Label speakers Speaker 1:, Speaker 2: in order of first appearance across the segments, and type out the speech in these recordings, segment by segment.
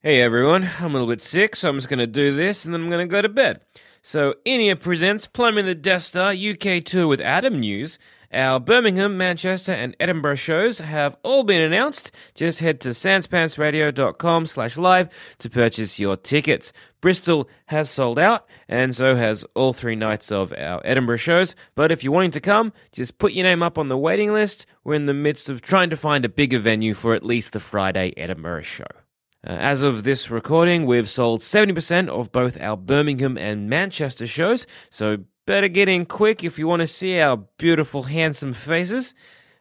Speaker 1: Hey everyone, I'm a little bit sick, so I'm just going to do this and then I'm going to go to bed. So, Inia presents Plumbing the Death Star UK Tour with Adam News. Our Birmingham, Manchester, and Edinburgh shows have all been announced. Just head to sanspantsradio.com slash live to purchase your tickets. Bristol has sold out, and so has all three nights of our Edinburgh shows. But if you're wanting to come, just put your name up on the waiting list. We're in the midst of trying to find a bigger venue for at least the Friday Edinburgh show. Uh, As of this recording, we've sold 70% of both our Birmingham and Manchester shows, so better get in quick if you want to see our beautiful, handsome faces.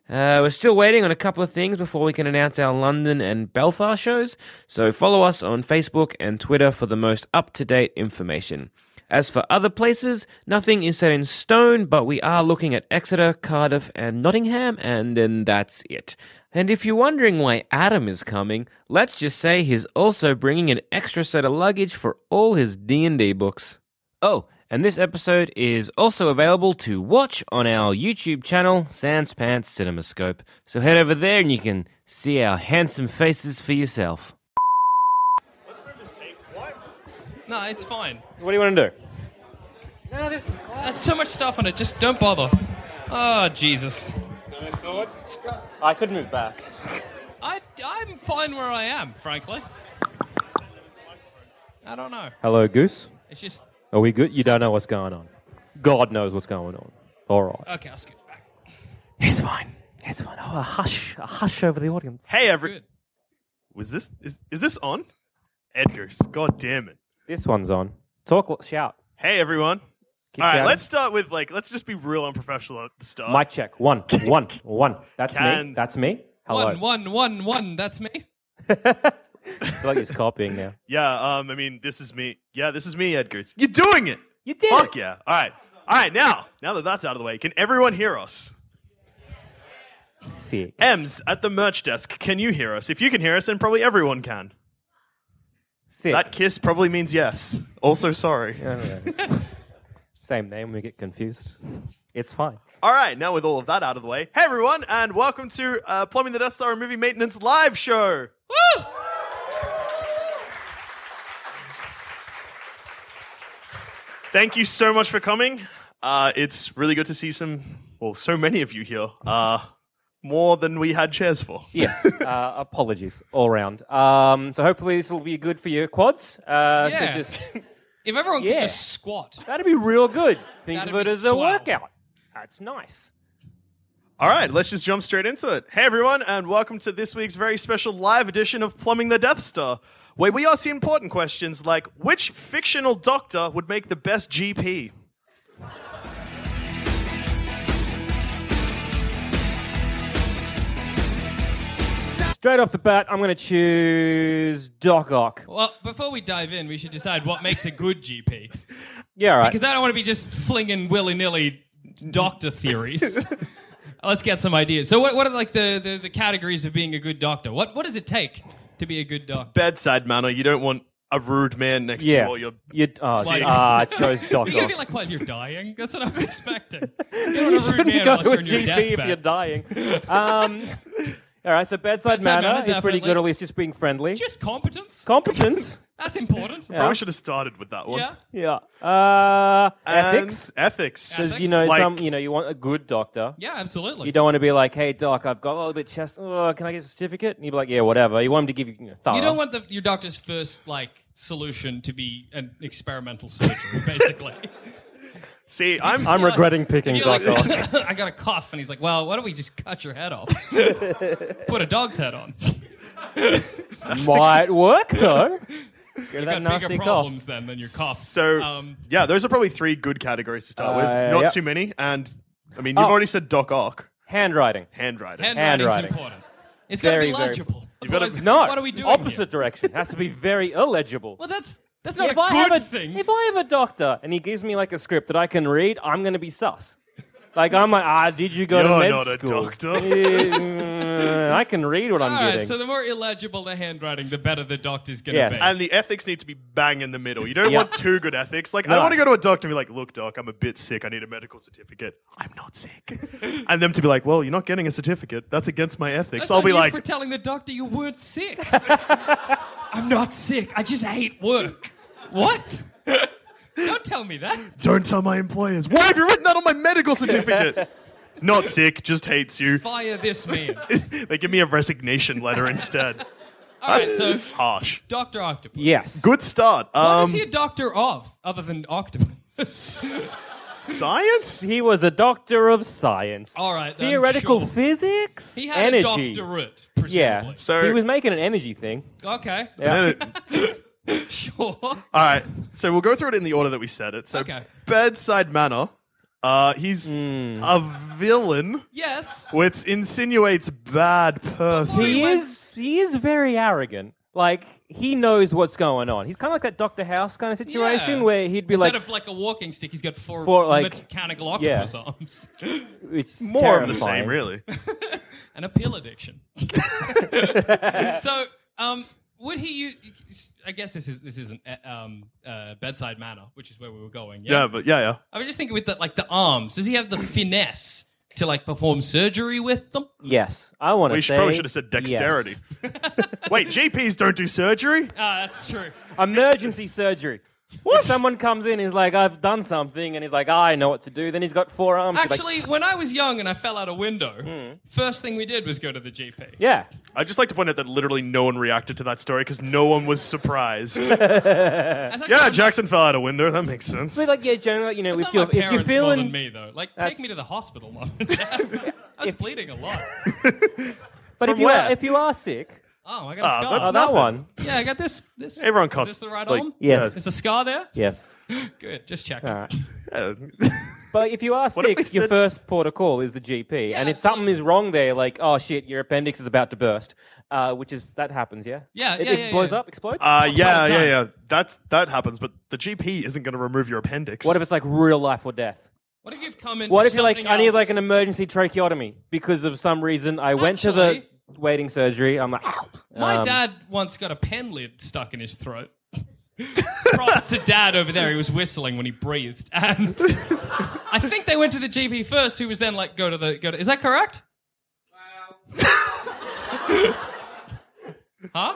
Speaker 1: Uh, we're still waiting on a couple of things before we can announce our London and Belfast shows, so follow us on Facebook and Twitter for the most up to date information. As for other places, nothing is set in stone, but we are looking at Exeter, Cardiff, and Nottingham, and then that's it. And if you're wondering why Adam is coming, let's just say he's also bringing an extra set of luggage for all his D&D books. Oh, and this episode is also available to watch on our YouTube channel, Sans Pants Cinemascope. So head over there and you can see our handsome faces for yourself.
Speaker 2: No, it's fine.
Speaker 1: What do you want to do?
Speaker 2: That's so much stuff on it. Just don't bother. Oh, Jesus.
Speaker 1: I could move back.
Speaker 2: I, I'm fine where I am, frankly. I don't know.
Speaker 3: Hello, Goose.
Speaker 2: It's just.
Speaker 3: Are we good? You don't know what's going on. God knows what's going on. All right.
Speaker 2: Okay, I'll skip back.
Speaker 3: It's fine. It's fine. Oh, a hush, a hush over the audience.
Speaker 4: Hey, every
Speaker 2: Good.
Speaker 4: was this is is this on? Edgar's. God damn it.
Speaker 3: This one's on. Talk, l- shout.
Speaker 4: Hey, everyone.
Speaker 3: Keep
Speaker 4: All right,
Speaker 3: shouting.
Speaker 4: let's start with like let's just be real unprofessional at the start.
Speaker 3: Mic check. One, one, one. That's
Speaker 4: Can-
Speaker 3: me. That's me. Hello.
Speaker 2: One, one, one, one. That's me.
Speaker 3: I feel like he's copying now.
Speaker 4: Yeah. Um. I mean, this is me. Yeah, this is me, Edgar's. You're doing it.
Speaker 3: You did.
Speaker 4: Fuck yeah. All right. All right. Now, now that that's out of the way, can everyone hear us?
Speaker 3: Sick.
Speaker 4: Ems at the merch desk, can you hear us? If you can hear us, then probably everyone can.
Speaker 1: Sick.
Speaker 4: That kiss probably means yes. Also, sorry.
Speaker 1: Same name, we get confused. It's fine.
Speaker 4: All right, now with all of that out of the way, hey everyone, and welcome to uh, Plumbing the Death Star Movie Maintenance Live Show. Woo! Thank you so much for coming. Uh, it's really good to see some, well, so many of you here. Uh, more than we had chairs for.
Speaker 1: Yeah. uh, apologies all round. Um, so hopefully this will be good for your quads. Uh,
Speaker 5: Yeah.
Speaker 1: So just
Speaker 5: If everyone
Speaker 1: Yeah.
Speaker 5: could just squat.
Speaker 1: that'd be real good. Think
Speaker 5: That'd
Speaker 1: of it
Speaker 5: be
Speaker 1: as a
Speaker 5: swell.
Speaker 1: workout. That's nice.
Speaker 4: All right, let's just jump straight into it. Hey, everyone, and welcome to this week's very special live edition of Plumbing the Death Star, where we ask the important questions like which fictional doctor would make the best GP?
Speaker 1: Straight off the bat, I'm going to choose Doc Ock.
Speaker 5: Well, before we dive in, we should decide what makes a good GP.
Speaker 1: Yeah, all right.
Speaker 5: Because I don't want to be just flinging willy nilly doctor theories. Let's get some ideas. So, what, what are like the, the, the categories of being a good doctor? What what does it take to be a good doctor?
Speaker 4: Bedside manner, you don't want a rude man next to
Speaker 1: Yeah.
Speaker 4: you while you're.
Speaker 1: You uh,
Speaker 4: Sick.
Speaker 1: uh, chose Doc
Speaker 5: You're gonna
Speaker 1: Ock.
Speaker 5: be like while you're dying. That's what I was expecting. You don't
Speaker 1: You
Speaker 5: want a rude
Speaker 1: shouldn't
Speaker 5: man
Speaker 1: go
Speaker 5: unless
Speaker 1: to
Speaker 5: you're
Speaker 1: a
Speaker 5: in your
Speaker 1: GP if
Speaker 5: deathbed.
Speaker 1: you're dying. Um, all right, so bedside,
Speaker 5: Bedside
Speaker 1: manner,
Speaker 5: manner,
Speaker 1: is
Speaker 5: definitely.
Speaker 1: pretty good, at least just being friendly.
Speaker 5: Just competence.
Speaker 1: Competence.
Speaker 5: That's important. Yeah.
Speaker 4: Probably should have started with that one.
Speaker 1: yeah. Uh,
Speaker 4: And
Speaker 1: ethics.
Speaker 4: Ethics.
Speaker 1: Because you know,
Speaker 4: Like-
Speaker 1: some you know, you want a good doctor.
Speaker 5: Yeah, absolutely.
Speaker 1: You don't want to be like, "Hey, doc, I've got a little bit of chest. Oh, can I get a certificate?" And you'd be like, "Yeah, whatever." You want him to give you, you know, thorough.
Speaker 5: You don't want the, your doctor's first like solution to be an experimental surgery, basically.
Speaker 4: See, I'm.
Speaker 1: I'm regretting picking
Speaker 5: You're like,
Speaker 1: doc. Ock.
Speaker 5: I got a cough, and he's like, "Well, why don't we just cut your head off? Put a dog's head on.
Speaker 1: Might work though.
Speaker 5: Got
Speaker 1: You're that
Speaker 5: bigger
Speaker 1: nasty cough.
Speaker 5: problems then than your cough."
Speaker 4: So,
Speaker 5: um,
Speaker 4: yeah, those are probably three good categories to start
Speaker 1: Uh, Oh.
Speaker 4: with. Not
Speaker 1: yep.
Speaker 4: too many. And, I mean, you've already said Doc Ock,
Speaker 1: Handwriting.
Speaker 4: handwriting.
Speaker 5: handwriting's
Speaker 1: Handwriting.
Speaker 5: important. It's got to
Speaker 1: Very,
Speaker 5: be
Speaker 1: very-
Speaker 5: legible.
Speaker 4: You've gotta-
Speaker 5: Otherwise,
Speaker 1: No.
Speaker 5: What are we doing?
Speaker 1: Opposite
Speaker 5: here?
Speaker 1: direction. Has to be very illegible.
Speaker 5: Well, that's that's not
Speaker 1: if
Speaker 5: a
Speaker 1: I have
Speaker 5: good
Speaker 1: a
Speaker 5: thing.
Speaker 1: if I have a doctor and he gives me like a script that I can read, I'm going to be sus. Like I'm like, ah, did you go to
Speaker 4: You're
Speaker 1: med
Speaker 4: not a
Speaker 1: school?
Speaker 4: doctor.
Speaker 1: doctor. I can read what I'm
Speaker 5: All
Speaker 1: getting.
Speaker 5: right, so the more illegible the handwriting, the better the doctor's gonna
Speaker 1: Yes.
Speaker 5: be.
Speaker 4: And the ethics need to be bang in the middle. You don't
Speaker 1: Yeah.
Speaker 4: want too good ethics. Like, I
Speaker 1: No.
Speaker 4: don't want to go to a doctor and be like, look, doc, I'm a bit sick. I need a medical certificate. I'm not sick. and them to be like, well, you're not getting a certificate. That's against my ethics.
Speaker 5: That's
Speaker 4: I'll
Speaker 5: on
Speaker 4: be
Speaker 5: you
Speaker 4: like,
Speaker 5: for telling the doctor you weren't sick. I'm not sick. I just hate work. What? Don't tell me that.
Speaker 4: don't tell my employers. Why have you written that on my medical certificate? not sick, just hates you.
Speaker 5: Fire this man.
Speaker 4: they give me a resignation letter instead.
Speaker 5: All right, so
Speaker 4: Harsh.
Speaker 5: Doctor Octopus.
Speaker 1: yes.
Speaker 4: Good start.
Speaker 5: What is
Speaker 4: Um,
Speaker 5: he a doctor of, other than octopus?
Speaker 4: science?
Speaker 1: He was a doctor of science.
Speaker 5: All right, then,
Speaker 1: Theoretical
Speaker 5: sure.
Speaker 1: physics.
Speaker 5: He had
Speaker 1: energy.
Speaker 5: a doctorate, presumably.
Speaker 1: Yeah.
Speaker 4: So-
Speaker 1: he was making an energy thing.
Speaker 5: Okay.
Speaker 1: Yeah.
Speaker 5: Sure.
Speaker 4: All right. So we'll go through it in the order that we said it. So
Speaker 5: Okay.
Speaker 4: bedside manner. Uh, he's
Speaker 1: Hmm.
Speaker 4: a villain,
Speaker 5: Yes.
Speaker 4: which insinuates bad person.
Speaker 1: he is. He is very arrogant. Like he knows what's going on. He's kind of like that Doctor House kind of situation
Speaker 5: Yeah.
Speaker 1: where he'd be
Speaker 5: Instead
Speaker 1: like,
Speaker 5: of like a walking stick, he's got four,
Speaker 1: Four, like-
Speaker 5: mechanical octopus arms
Speaker 1: which is
Speaker 4: More of the
Speaker 1: terrifying.
Speaker 4: same, really.
Speaker 5: and a pill addiction. so, um, would he use? I guess this is this isn't uh, um, uh, bedside manner, which is where we were going.
Speaker 4: yeah, but yeah, yeah.
Speaker 5: I was just thinking with the, like the arms. Does he have the finesse to like perform surgery with them?
Speaker 1: Mm. Yes, I want to.
Speaker 4: We should, probably should have said dexterity. Wait, GPs don't do surgery?
Speaker 5: Ah, that's true.
Speaker 1: Emergency surgery.
Speaker 4: What?
Speaker 1: If someone comes in, he's like, "I've done something," and he's like, "I know what to do." Then he's got four arms. He's like, Mm.
Speaker 5: Actually, when I was young and I fell out a window, first thing we did was go to the GP.
Speaker 1: yeah,
Speaker 4: I'd just like to point out that literally no one reacted to that story because no one was surprised.
Speaker 5: That's actually-
Speaker 4: yeah, Jackson fell out a window. That makes sense.
Speaker 1: but like yeah, generally, you know,
Speaker 5: That's on
Speaker 1: if
Speaker 5: my
Speaker 1: you're if
Speaker 5: parents
Speaker 1: you're
Speaker 5: more than
Speaker 1: feeling
Speaker 5: me though. Like,
Speaker 1: That's-
Speaker 5: take me to the hospital, mom. and Dad. I was bleeding a lot.
Speaker 1: But if
Speaker 4: From
Speaker 1: you
Speaker 4: where?
Speaker 1: are, if you are sick,
Speaker 5: Oh, I got a
Speaker 4: Ah,
Speaker 5: scar.
Speaker 4: that's
Speaker 1: oh, that
Speaker 4: nothing.
Speaker 1: one.
Speaker 5: Yeah, I got this. This
Speaker 4: Everyone cuts,
Speaker 5: Is this the right
Speaker 4: like,
Speaker 5: arm?
Speaker 1: Yes.
Speaker 5: Is a scar there?
Speaker 1: Yes.
Speaker 5: Good. Just check.
Speaker 1: All right.
Speaker 4: Yeah.
Speaker 1: But if you are
Speaker 4: What if
Speaker 1: sick,
Speaker 4: we
Speaker 1: your
Speaker 4: said-
Speaker 1: first port of call is the GP. and if something is wrong there, like, oh shit, your appendix is about to burst, uh, which is, that happens, yeah?
Speaker 5: Yeah,
Speaker 1: It,
Speaker 5: yeah,
Speaker 1: it
Speaker 5: yeah,
Speaker 1: blows
Speaker 5: yeah.
Speaker 1: up, explodes?
Speaker 4: Uh, yeah,
Speaker 5: time.
Speaker 4: yeah, yeah. That's that happens, but the GP isn't going to remove your appendix.
Speaker 1: what if it's like real life or death?
Speaker 5: What if you've come in?
Speaker 1: What
Speaker 5: for
Speaker 1: if you're like,
Speaker 5: something
Speaker 1: I need like an
Speaker 5: else?
Speaker 1: emergency tracheotomy because of some reason I went to the
Speaker 5: Actually-
Speaker 1: waiting surgery. I'm like,
Speaker 5: My
Speaker 1: um,
Speaker 5: dad once got a pen lid stuck in his throat. Props to Dad over there. He was whistling when he breathed, and I think they went to the GP first, who was then like, "Go to the go to." Is that correct? Wow. huh?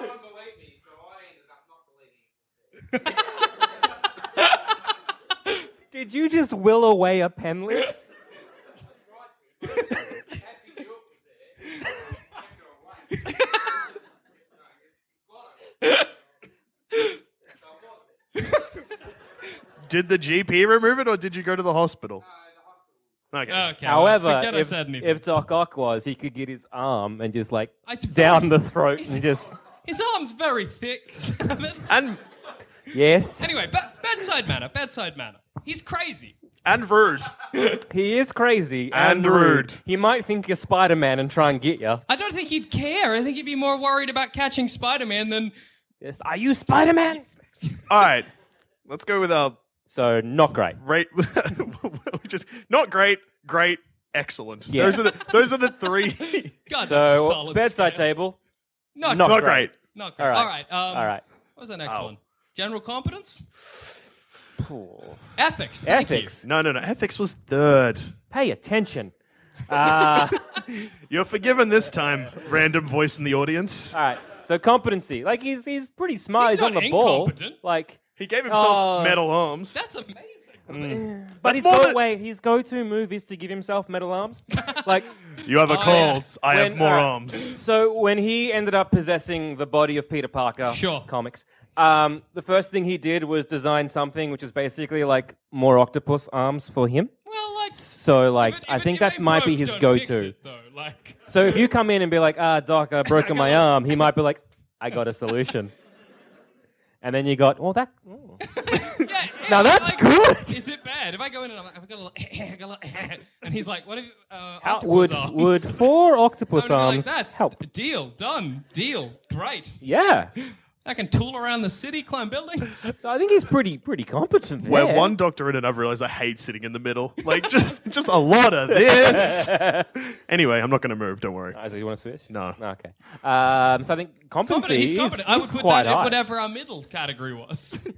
Speaker 1: Did you just will away a penlet?
Speaker 4: Did the GP remove it or did you go to the hospital? Okay.
Speaker 1: Uh,
Speaker 5: Okay.
Speaker 1: However,
Speaker 5: forget I
Speaker 1: if,
Speaker 5: said anything.
Speaker 1: if Doc Ock was, he could get his arm and just like
Speaker 5: It's
Speaker 1: down
Speaker 5: very-
Speaker 1: the throat and just
Speaker 5: His arm's very thick.
Speaker 4: And
Speaker 1: yes.
Speaker 5: anyway, ba- bedside manner. Bedside manner. He's crazy.
Speaker 4: and rude.
Speaker 1: He is crazy
Speaker 4: And rude.
Speaker 1: He might think you're Spider Man and try and get you.
Speaker 5: I don't think he'd care. I think he'd be more worried about catching Spider Man than
Speaker 1: Just, are you Spider Man?
Speaker 4: All right. Let's go with our
Speaker 1: So not great.
Speaker 4: rate. which is not great, great, excellent.
Speaker 1: Yeah.
Speaker 4: Those are the those are the three.
Speaker 5: God. that's a
Speaker 1: So
Speaker 5: solid
Speaker 1: bedside
Speaker 5: scale.
Speaker 1: table,
Speaker 5: Not,
Speaker 1: not
Speaker 4: not
Speaker 1: great.
Speaker 4: great.
Speaker 5: Not
Speaker 1: All
Speaker 5: great.
Speaker 1: right.
Speaker 5: All right. um,
Speaker 1: All right.
Speaker 5: What was the next
Speaker 4: Oh.
Speaker 5: one? General competence. Ethics. Thank you.
Speaker 1: Ethics.
Speaker 4: No, no, no. Ethics was third.
Speaker 1: Pay attention.
Speaker 4: You're forgiven this time, random voice in the audience.
Speaker 1: All right. So competency. Like he's he's pretty smart.
Speaker 5: He's
Speaker 1: He's, on
Speaker 5: not
Speaker 1: the ball.
Speaker 5: incompetent.
Speaker 1: Like
Speaker 4: He gave himself
Speaker 1: Oh.
Speaker 4: metal arms.
Speaker 5: That's amazing.
Speaker 1: but
Speaker 4: That's
Speaker 1: his
Speaker 4: more
Speaker 1: go
Speaker 4: than-
Speaker 1: way his go to move is to give himself metal arms. like
Speaker 4: You have a cold. I have
Speaker 1: Oh, When-
Speaker 4: more
Speaker 1: all right.
Speaker 4: arms.
Speaker 1: so when he ended up possessing the body of Peter Parker
Speaker 5: Sure.
Speaker 1: comics, um, the first thing he did was design something which is basically like more octopus arms for him.
Speaker 5: Well, like.
Speaker 1: So like
Speaker 5: if it-
Speaker 1: I
Speaker 5: if it-
Speaker 1: think
Speaker 5: if
Speaker 1: that
Speaker 5: they
Speaker 1: might be
Speaker 5: broke,
Speaker 1: his
Speaker 5: don't
Speaker 1: go
Speaker 5: fix
Speaker 1: to.
Speaker 5: it, though. Like,
Speaker 1: So if you come in and be like, ah, doc, I've broken my arm, he might be like, I got a solution. And then you got, well, that. oh.
Speaker 5: yeah,
Speaker 1: Now
Speaker 5: yeah,
Speaker 1: that's
Speaker 5: like,
Speaker 1: good.
Speaker 5: Is it bad? If I go in and I'm like, I've got a little, I've got a little and he's like, what if uh,
Speaker 1: How-
Speaker 5: octopus
Speaker 1: would
Speaker 5: arms?
Speaker 1: would four octopus
Speaker 5: I would be
Speaker 1: arms
Speaker 5: like, that's
Speaker 1: help?
Speaker 5: a deal done, deal great.
Speaker 1: Yeah.
Speaker 5: I can tool around the city, climb buildings.
Speaker 1: So I think he's pretty pretty competent. There.
Speaker 4: Where one doctor in and I've realized I hate sitting in the middle. Like just just a lot of this. anyway, I'm not gonna move, don't worry.
Speaker 1: Isaac, you want to switch?
Speaker 4: No.
Speaker 1: Okay. Um, so I think competency
Speaker 5: Competent, he's
Speaker 1: is-
Speaker 5: competent.
Speaker 1: Is,
Speaker 5: I would put
Speaker 1: quite
Speaker 5: that
Speaker 1: high.
Speaker 5: in whatever our middle category was.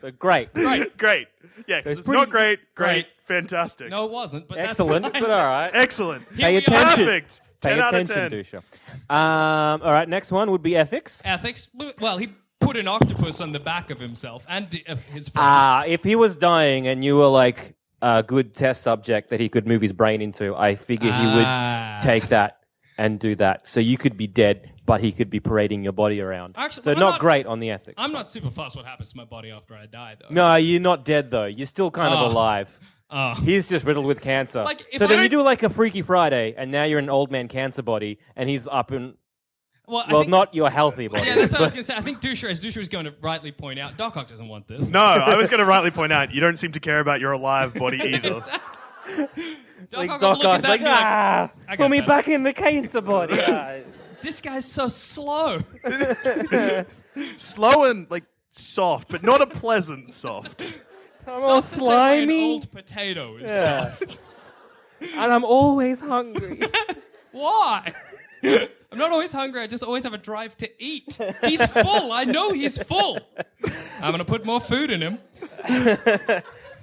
Speaker 1: So great.
Speaker 4: Great. Great. Yeah, 'cause
Speaker 1: it's
Speaker 4: it's
Speaker 1: pretty-
Speaker 4: not great,
Speaker 5: Great.
Speaker 4: great, fantastic.
Speaker 5: no, it wasn't. But
Speaker 1: Excellent,
Speaker 5: That's
Speaker 1: but
Speaker 5: fine.
Speaker 1: all right.
Speaker 4: Excellent.
Speaker 1: Pay
Speaker 5: we are.
Speaker 1: attention.
Speaker 4: Perfect.
Speaker 1: Pay
Speaker 4: ten out of
Speaker 1: attention,
Speaker 4: ten.
Speaker 1: Dusha. Um, all right, next one would be ethics.
Speaker 5: Ethics. Well, he put an octopus on the back of himself and uh, his friends.
Speaker 1: Ah, if he was dying and you were like a good test subject that he could move his brain into, I figure
Speaker 5: Ah.
Speaker 1: he would take that and do that. So you could be dead, but he could be parading your body around.
Speaker 5: Actually,
Speaker 1: so
Speaker 5: I'm
Speaker 1: not,
Speaker 5: not-
Speaker 1: great on the ethics.
Speaker 5: I'm not super fussed what happens to my body after I die, though.
Speaker 1: No, you're not dead though. You're still kind
Speaker 5: Oh.
Speaker 1: of alive.
Speaker 5: Oh.
Speaker 1: He's just riddled with cancer.
Speaker 5: Like, if
Speaker 1: so
Speaker 5: I
Speaker 1: then you
Speaker 5: don't-
Speaker 1: do like a Freaky Friday, and now you're an old man cancer body, and he's up and
Speaker 5: Well, I
Speaker 1: well,
Speaker 5: think-
Speaker 1: not your healthy body.
Speaker 5: Yeah, that's what I was going to say. I think Dusha, as Dusha was going to rightly point out, Doc Ock doesn't want this.
Speaker 4: No, I was gonna rightly point out you don't seem to care about your alive body either.
Speaker 5: Doc
Speaker 1: like
Speaker 5: Ock will
Speaker 1: Doc
Speaker 5: look at that and
Speaker 1: Ock's like,
Speaker 5: be like,
Speaker 1: ah,
Speaker 5: I got
Speaker 1: put me
Speaker 5: that."
Speaker 1: back in the cancer body. Ah.
Speaker 5: this guy's so slow.
Speaker 4: Slow and like soft, but not a pleasant soft.
Speaker 1: I'm all
Speaker 5: It's the same way an
Speaker 1: slimy,
Speaker 5: old potato is
Speaker 1: Yeah.
Speaker 5: soft.
Speaker 1: and I'm always hungry.
Speaker 5: Why? I'm not always hungry. I just always have a drive to eat. He's full. I know he's full. I'm going to put more food in him.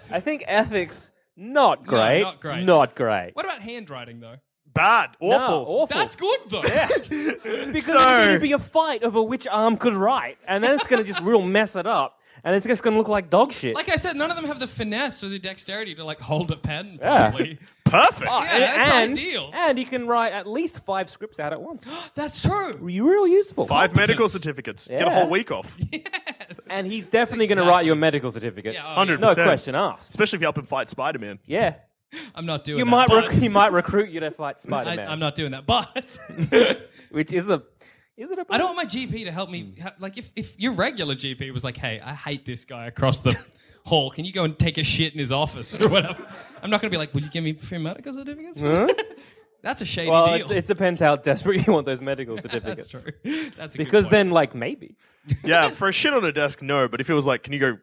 Speaker 1: I think ethics not great,
Speaker 5: not great.
Speaker 1: not great.
Speaker 5: What about handwriting, though?
Speaker 4: Bad.
Speaker 1: Ah,
Speaker 4: Awful.
Speaker 1: awful.
Speaker 5: That's good, though.
Speaker 1: because
Speaker 4: So-
Speaker 1: it's going to be a fight over which arm could write, and then it's going to just real mess it up, and it's just going to look like dog shit.
Speaker 5: Like I said, none of them have the finesse or the dexterity to like hold a pen
Speaker 1: Yeah.
Speaker 5: properly.
Speaker 4: Perfect.
Speaker 1: Oh,
Speaker 5: Yeah, that's
Speaker 1: and,
Speaker 5: ideal.
Speaker 1: And he can write at least five scripts out at once.
Speaker 5: That's true.
Speaker 1: You're real useful.
Speaker 4: Five medical certificates. Get a
Speaker 1: Yeah.
Speaker 4: whole week off.
Speaker 1: And he's definitely going to write you a medical certificate.
Speaker 5: Yeah, oh,
Speaker 4: Hundred
Speaker 1: no
Speaker 4: percent.
Speaker 1: question asked.
Speaker 4: Especially if you help him fight Spider Man.
Speaker 1: Yeah.
Speaker 5: I'm not doing
Speaker 1: You
Speaker 5: that.
Speaker 1: might
Speaker 5: but-
Speaker 1: rec- he might recruit you to fight Spider
Speaker 5: I,
Speaker 1: Man.
Speaker 5: I'm not doing that. But
Speaker 1: Which is a is it a
Speaker 5: I don't want my GP to help me. ha- Like, if, if your regular GP was like, hey, I hate this guy across the hall, can you go and take a shit in his office or whatever? I'm not going to be like, will you give me free medical certificates? That's a shady
Speaker 1: Hmm? Well,
Speaker 5: deal.
Speaker 1: it, it depends how desperate you want those medical certificates.
Speaker 5: That's true. That's a good
Speaker 1: Because
Speaker 5: point.
Speaker 1: then, like, maybe.
Speaker 4: Yeah, for a shit on a desk, no. But if it was like, can you go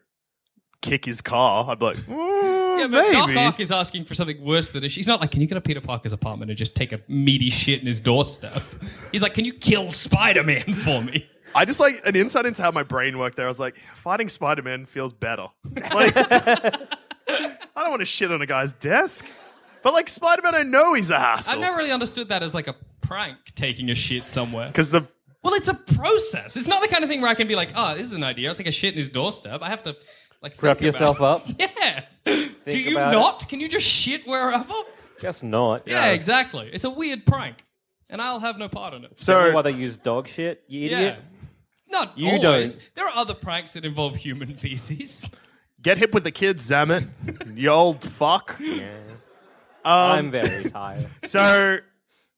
Speaker 4: kick his car? I'd be like, mm,
Speaker 5: Yeah, but Doc
Speaker 4: maybe.
Speaker 5: Ock is asking for something worse than a He's not like, can you go to Peter Parker's apartment and just take a meaty shit in his doorstep? He's like, can you kill Spider Man for me?
Speaker 4: I just like an insight into how my brain worked there. I was like, fighting Spider Man feels better. Like, I don't want to shit on a guy's desk. But like Spider Man, I know he's a
Speaker 5: I've
Speaker 4: hassle.
Speaker 5: never really understood that as like a prank taking a shit somewhere.
Speaker 4: Because the
Speaker 5: Well, it's a process. It's not the kind of thing where I can be like, oh, this is an idea. I'll take a shit in his doorstep. I have to like
Speaker 1: Prep
Speaker 5: think about
Speaker 1: yourself
Speaker 5: it.
Speaker 1: up.
Speaker 5: Yeah. Do you
Speaker 1: about it.
Speaker 5: not? Can you just shit wherever?
Speaker 1: Guess not.
Speaker 5: Yeah, exactly. It's a weird prank, and I'll have no part in it.
Speaker 1: Don't know Why they
Speaker 4: so
Speaker 1: use dog shit? You
Speaker 5: Yeah.
Speaker 1: idiot.
Speaker 5: Not
Speaker 1: You
Speaker 5: always.
Speaker 1: don't.
Speaker 5: There are other pranks that involve human feces.
Speaker 4: get hip with the kids, Zamet. you old fuck. Um,
Speaker 1: I'm very tired.
Speaker 4: So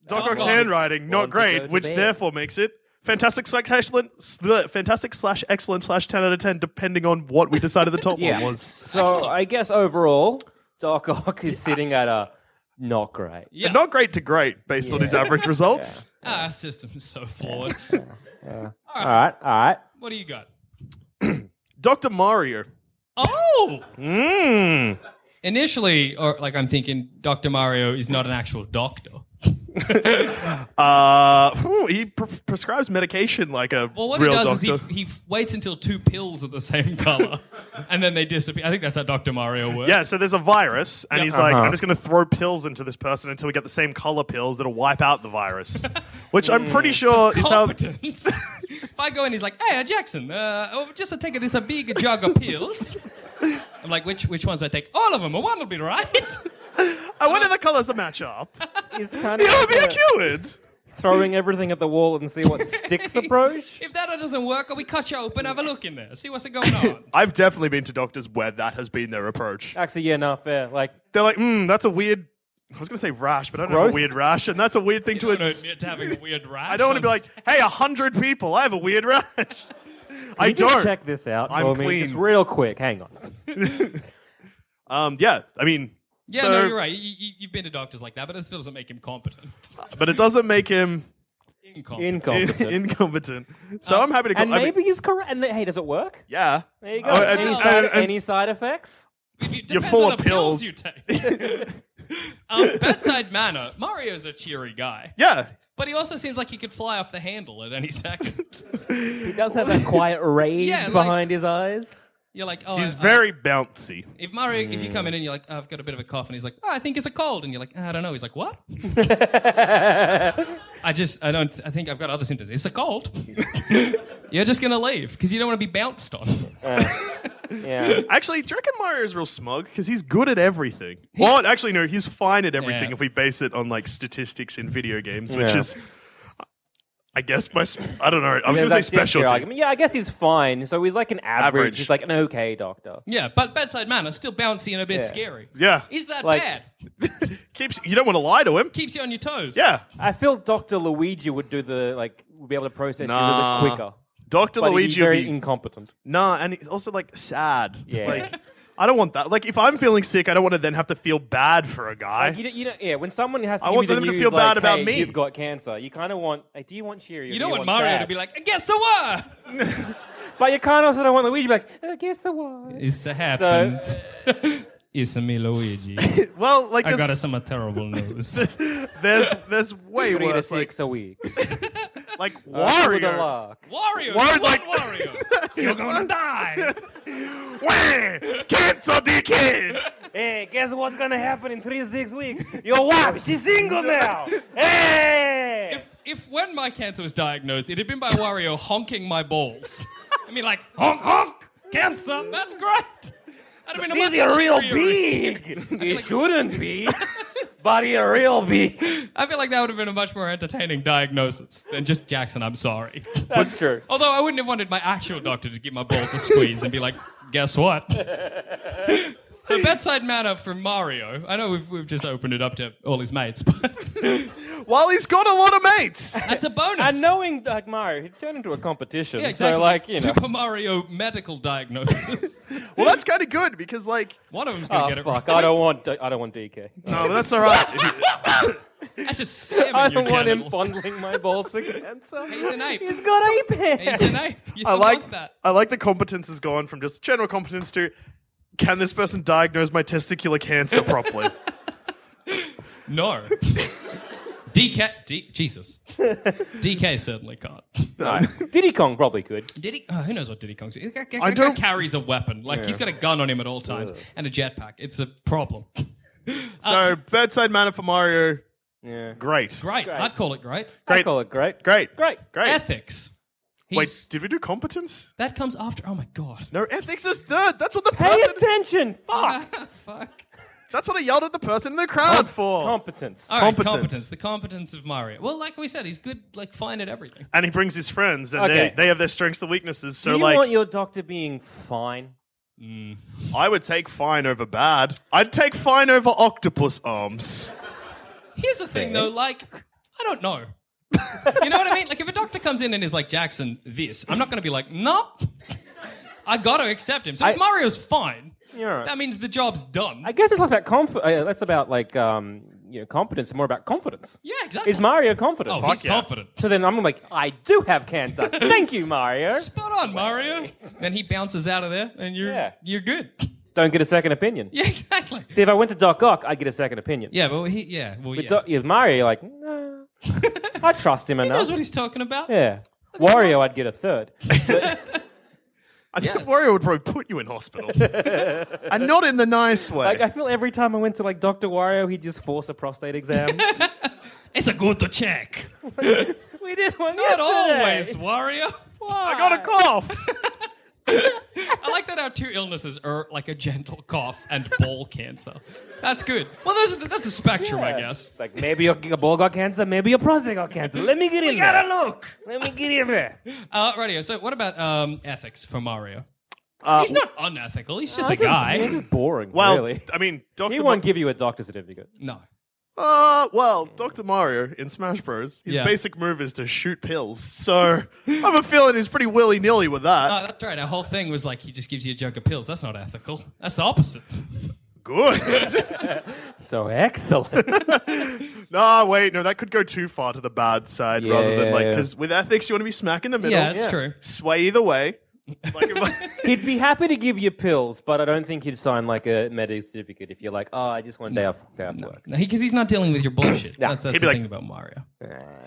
Speaker 4: Doc
Speaker 5: Doc
Speaker 4: Ock's
Speaker 5: Ock.
Speaker 4: handwriting
Speaker 1: Want
Speaker 4: not
Speaker 1: to go
Speaker 4: great,
Speaker 1: to
Speaker 4: which
Speaker 1: bed.
Speaker 4: therefore makes it fantastic slash excellent, s- the- fantastic slash excellent slash ten out of ten, depending on what we decided the top one was.
Speaker 1: So I guess overall, Doc Ock is sitting at a not great.
Speaker 5: Yeah.
Speaker 4: Not great to great based on his average results.
Speaker 5: Ah, our system is so flawed.
Speaker 1: All right, all right.
Speaker 5: what do you got?
Speaker 4: Doctor Mario.
Speaker 5: Oh!
Speaker 4: Hmm.
Speaker 5: Initially, or like I'm thinking, Doctor Mario is not an actual doctor.
Speaker 4: Uh, whew, he pre- prescribes medication like a
Speaker 5: Well, what
Speaker 4: real
Speaker 5: he does
Speaker 4: doctor.
Speaker 5: is he, he waits until two pills are the same color, and then they disappear. I think that's how Doctor Mario works.
Speaker 4: yeah, so there's a virus, and
Speaker 5: Yeah.
Speaker 4: he's like, I'm just going to throw pills into this person until we get the same color pills that'll wipe out the virus. Which I'm pretty
Speaker 5: Hmm.
Speaker 4: sure is how.
Speaker 5: competence. if I go in, he's like, "Hey, Jackson, uh, oh, just a take of this a big jug of pills." I'm like, "Which which ones do I take? All of them. One will be right."
Speaker 4: I wonder the colors match up.
Speaker 1: He's kind
Speaker 4: You'll be
Speaker 1: of
Speaker 4: cured.
Speaker 1: uh, throwing everything at the wall and see what sticks approach.
Speaker 5: if that doesn't work, we cut you open, have a look in there, see what's going on.
Speaker 4: I've definitely been to doctors where that has been their approach.
Speaker 1: Actually, yeah, no, fair. Like,
Speaker 4: They're like, hmm, that's a weird. I was going to say rash, but I don't have
Speaker 1: Growth?
Speaker 4: a weird rash, and that's a weird thing to.
Speaker 5: I don't
Speaker 4: ins-
Speaker 5: admit to having a weird rash.
Speaker 4: I don't want to be like, hey, a hundred people, I have a weird rash. I
Speaker 1: you just
Speaker 4: don't.
Speaker 1: check this out
Speaker 4: I'm
Speaker 1: for me,
Speaker 4: clean.
Speaker 1: just real quick. Hang on.
Speaker 4: Um, yeah, I mean,
Speaker 5: yeah,
Speaker 4: so-
Speaker 5: no, you're right. You, you, you've been to doctors like that, but it still doesn't make him competent.
Speaker 4: but it doesn't make him
Speaker 5: Incompetent.
Speaker 1: Incompetent. Uh,
Speaker 4: incompetent. So I'm happy to. Call,
Speaker 1: and
Speaker 4: I mean-
Speaker 1: maybe he's correct. And then- hey, does it work?
Speaker 4: yeah.
Speaker 1: There you go.
Speaker 4: Oh, and-
Speaker 1: any,
Speaker 5: Uh,
Speaker 4: and-
Speaker 1: side,
Speaker 4: and-
Speaker 1: any side effects?
Speaker 5: If you-
Speaker 4: You're
Speaker 5: depends
Speaker 4: full
Speaker 5: on
Speaker 4: of
Speaker 5: the pills.
Speaker 4: pills.
Speaker 5: you take. um, bedside manner. Mario's a cheery guy,
Speaker 4: yeah.
Speaker 5: but he also seems like he could fly off the handle at any second.
Speaker 1: He does have that quiet rage
Speaker 5: Yeah, like-
Speaker 1: behind his eyes.
Speaker 5: You're like, oh,
Speaker 4: He's
Speaker 5: I- I-
Speaker 4: very bouncy.
Speaker 5: If Mario, if you come
Speaker 4: Hmm.
Speaker 5: in and you're like, oh, I've got a bit of a cough, and he's like, oh, I think it's a cold, and you're like, I don't know. He's like, what? I just, I don't, I think I've got other symptoms. It's a cold. you're just gonna leave because you don't want to be bounced on.
Speaker 1: Yeah.
Speaker 4: Actually, do you reckon Mario is real smug? Because he's good at everything. well, actually, no, he's fine at everything
Speaker 5: Yeah.
Speaker 4: if we base it on like statistics in video games, which
Speaker 1: Yeah.
Speaker 4: is, I guess, my. Sp- I don't know. I was going to
Speaker 1: that's
Speaker 4: say
Speaker 1: your
Speaker 4: specialty.
Speaker 1: argument. Yeah, I guess he's fine. So he's like an average.
Speaker 4: Average.
Speaker 1: He's like an okay doctor.
Speaker 5: yeah, but bedside manner still bouncy and a bit
Speaker 1: Yeah.
Speaker 5: scary.
Speaker 4: Yeah.
Speaker 5: Is that
Speaker 1: Like-
Speaker 5: bad?
Speaker 4: Keeps. You don't want to lie to him.
Speaker 5: Keeps you on your toes.
Speaker 4: Yeah.
Speaker 1: I feel Doctor Luigi would do the like would be able to process
Speaker 4: Nah.
Speaker 1: you a little bit quicker.
Speaker 4: Doctor
Speaker 1: But he'd
Speaker 4: Luigi
Speaker 1: be
Speaker 4: would
Speaker 1: very
Speaker 4: be-
Speaker 1: incompetent.
Speaker 4: Nah, and he's also like sad.
Speaker 1: Yeah.
Speaker 4: Like I don't want that. Like if I'm feeling sick, I don't want to then have to feel bad for a guy.
Speaker 1: Like, you, don't- you know, yeah. When someone has to,
Speaker 4: I
Speaker 1: give
Speaker 4: want
Speaker 1: you the
Speaker 4: them to
Speaker 1: news,
Speaker 4: feel
Speaker 1: like,
Speaker 4: bad about
Speaker 1: hey,
Speaker 4: me.
Speaker 1: You've got cancer. You kind of want. Like, do you want cheery?
Speaker 5: You
Speaker 1: or do
Speaker 5: don't
Speaker 1: you
Speaker 5: want Mario
Speaker 1: sad?
Speaker 5: to be like, I guess so what?
Speaker 1: But you kind of also don't want Luigi to be like, I guess the one.
Speaker 5: It's happened.
Speaker 4: uh,
Speaker 5: it's a me Luigi.
Speaker 4: well, like
Speaker 5: I
Speaker 4: there's,
Speaker 5: got some terrible news.
Speaker 4: there's there's way
Speaker 1: Three to
Speaker 4: worse. Like,
Speaker 1: six Uh, a week.
Speaker 4: like
Speaker 1: With a
Speaker 4: Wario.
Speaker 1: lark.
Speaker 5: Wario,
Speaker 4: Wario's
Speaker 5: you want
Speaker 4: like-
Speaker 5: Wario. You're gonna die.
Speaker 4: Wah! Cancer the kid.
Speaker 1: Hey, guess what's gonna happen in three to six weeks? Your wife, she's single now. Hey.
Speaker 5: If, if when my cancer was diagnosed, it had been by Wario honking my balls. I mean, like, honk, honk, cancer, that's great. I'd have been a much
Speaker 1: He's a real
Speaker 5: cheerier-
Speaker 1: big. He shouldn't be, but he's a real big.
Speaker 5: I feel like that would have been a much more entertaining diagnosis than just Jackson, I'm sorry.
Speaker 1: That's true.
Speaker 5: Although I wouldn't have wanted my actual doctor to give my balls a squeeze and be like, guess what? so, bedside manner from Mario. I know we've, we've just opened it up to all his mates, but
Speaker 4: While he's got a lot of mates.
Speaker 5: that's a bonus.
Speaker 1: And knowing like Mario, he'd turn into a competition.
Speaker 5: Yeah, exactly.
Speaker 1: So like you know,
Speaker 5: Super Mario medical diagnosis.
Speaker 4: Well, that's kind of good because like
Speaker 5: One of them's gonna
Speaker 1: oh
Speaker 5: get it
Speaker 1: fuck,
Speaker 5: right.
Speaker 1: I don't want, D- I don't want DK.
Speaker 4: no, but that's all right.
Speaker 5: That's just slamming
Speaker 1: I
Speaker 5: your
Speaker 1: don't want him
Speaker 5: genitals.
Speaker 1: fondling my balls for cancer.
Speaker 5: He's an ape.
Speaker 1: He's got ape hands.
Speaker 5: He's an ape. You
Speaker 4: I
Speaker 5: don't
Speaker 4: like
Speaker 5: want that.
Speaker 4: I like the competence has gone from just general competence to can this person
Speaker 1: Uh,
Speaker 4: diagnose my testicular cancer properly?
Speaker 5: No. DK, D, Jesus. DK certainly can't.
Speaker 1: Diddy Kong probably could.
Speaker 5: Diddy, oh, who knows what Diddy Kong's? That guy- that
Speaker 4: I
Speaker 5: guy
Speaker 4: don't-
Speaker 5: carries a weapon. Like he's got a gun on him at all times and a jetpack. It's a problem.
Speaker 4: So, Bedside Manor for Mario,
Speaker 1: Yeah.
Speaker 4: great.
Speaker 5: Great. I'd call it great.
Speaker 1: I
Speaker 4: Great.
Speaker 1: call it great.
Speaker 4: Great.
Speaker 1: Great.
Speaker 4: Great.
Speaker 5: Ethics.
Speaker 4: Wait,
Speaker 5: He's,
Speaker 4: did we do competence?
Speaker 5: that comes after. Oh my god.
Speaker 4: No, ethics is third. That's what the
Speaker 1: Pay
Speaker 4: person.
Speaker 1: attention.
Speaker 5: Uh,
Speaker 1: Fuck.
Speaker 5: Fuck.
Speaker 4: That's what I yelled at the person in the crowd for.
Speaker 1: Competence.
Speaker 5: All right,
Speaker 4: Competence.
Speaker 5: competence. The competence of Mario. Well, like we said, he's good. Like fine at everything.
Speaker 4: and he brings his friends, and
Speaker 1: Okay.
Speaker 4: they, they have their strengths and weaknesses. So,
Speaker 1: Do you
Speaker 4: like,
Speaker 1: want your doctor being fine?
Speaker 4: I would take fine over bad. I'd take fine over octopus arms.
Speaker 5: Here's the thing, though. Like, I don't know. you know what I mean? Like, if a doctor comes in and is like Jackson, this, I'm not going to be like, no. I got to accept him. So if
Speaker 1: I-
Speaker 5: Mario's fine,
Speaker 1: Yeah.
Speaker 5: that means the job's done.
Speaker 1: I guess it's less about comf- uh, less about like um, you know competence, and more about confidence.
Speaker 5: yeah, exactly.
Speaker 1: Is Mario confident?
Speaker 5: Oh, he's
Speaker 4: yeah.
Speaker 5: confident.
Speaker 1: So then I'm like, I do have cancer. Thank you, Mario.
Speaker 5: Spot on, Mario. Then he bounces out of there, and you're
Speaker 1: Yeah.
Speaker 5: you're good.
Speaker 1: Don't get a second opinion.
Speaker 5: Yeah, exactly.
Speaker 1: See, if I went to Doc Ock, I'd get a second opinion.
Speaker 5: Yeah, but he, yeah, well,
Speaker 1: With
Speaker 5: yeah.
Speaker 1: Doc- with Mario, you're like, nah, I trust him
Speaker 5: he
Speaker 1: enough.
Speaker 5: knows what he's talking about.
Speaker 1: yeah. Wario, I'd get a third.
Speaker 4: I think Wario would probably put you in hospital, and not in the nice way.
Speaker 1: Like, I feel every time I went to like Doctor Wario, he'd just force a prostate exam.
Speaker 5: It's a good to check.
Speaker 1: we did one
Speaker 5: Not
Speaker 1: yesterday.
Speaker 5: always, Wario.
Speaker 1: Why?
Speaker 4: I got a cough.
Speaker 5: I like that our two illnesses are like a gentle cough and ball cancer. That's good. Well, those are the, that's a spectrum, I guess.
Speaker 1: It's like maybe your ball got cancer, maybe your prostate got cancer. Let me get in. We there. gotta look. Let me get in there.
Speaker 5: Uh, radio. So, what about um, ethics for Mario?
Speaker 4: Uh,
Speaker 5: He's not unethical. He's just a
Speaker 1: It's just-
Speaker 5: guy.
Speaker 1: It's just boring.
Speaker 4: well,
Speaker 1: really.
Speaker 4: I mean,
Speaker 1: He
Speaker 4: Doctor.
Speaker 1: won't give you a doctor certificate.
Speaker 5: no.
Speaker 4: uh, well, Doctor Mario in Smash Bros. His
Speaker 5: Yeah.
Speaker 4: basic move is to shoot pills. So I have a feeling he's pretty willy nilly with that.
Speaker 5: Oh, that's right. Our whole thing was like he just gives you a jug of pills. That's not ethical. That's the opposite.
Speaker 4: Good.
Speaker 1: So excellent.
Speaker 4: no, wait, no, that could go too far to the bad side.
Speaker 1: Yeah,
Speaker 4: rather than
Speaker 1: yeah,
Speaker 4: like,
Speaker 1: yeah.
Speaker 4: because with ethics, you want to be smack in the middle.
Speaker 5: yeah, that's true.
Speaker 4: Sway either way. Like, if I-
Speaker 1: he'd be happy to give you pills, but I don't think he'd sign like a medical certificate if you're like, oh, I just want a day off, day off work.
Speaker 5: Because he's not dealing with your bullshit. that's
Speaker 4: He'd
Speaker 5: that's
Speaker 4: be
Speaker 5: the
Speaker 4: like-
Speaker 5: thing about Mario.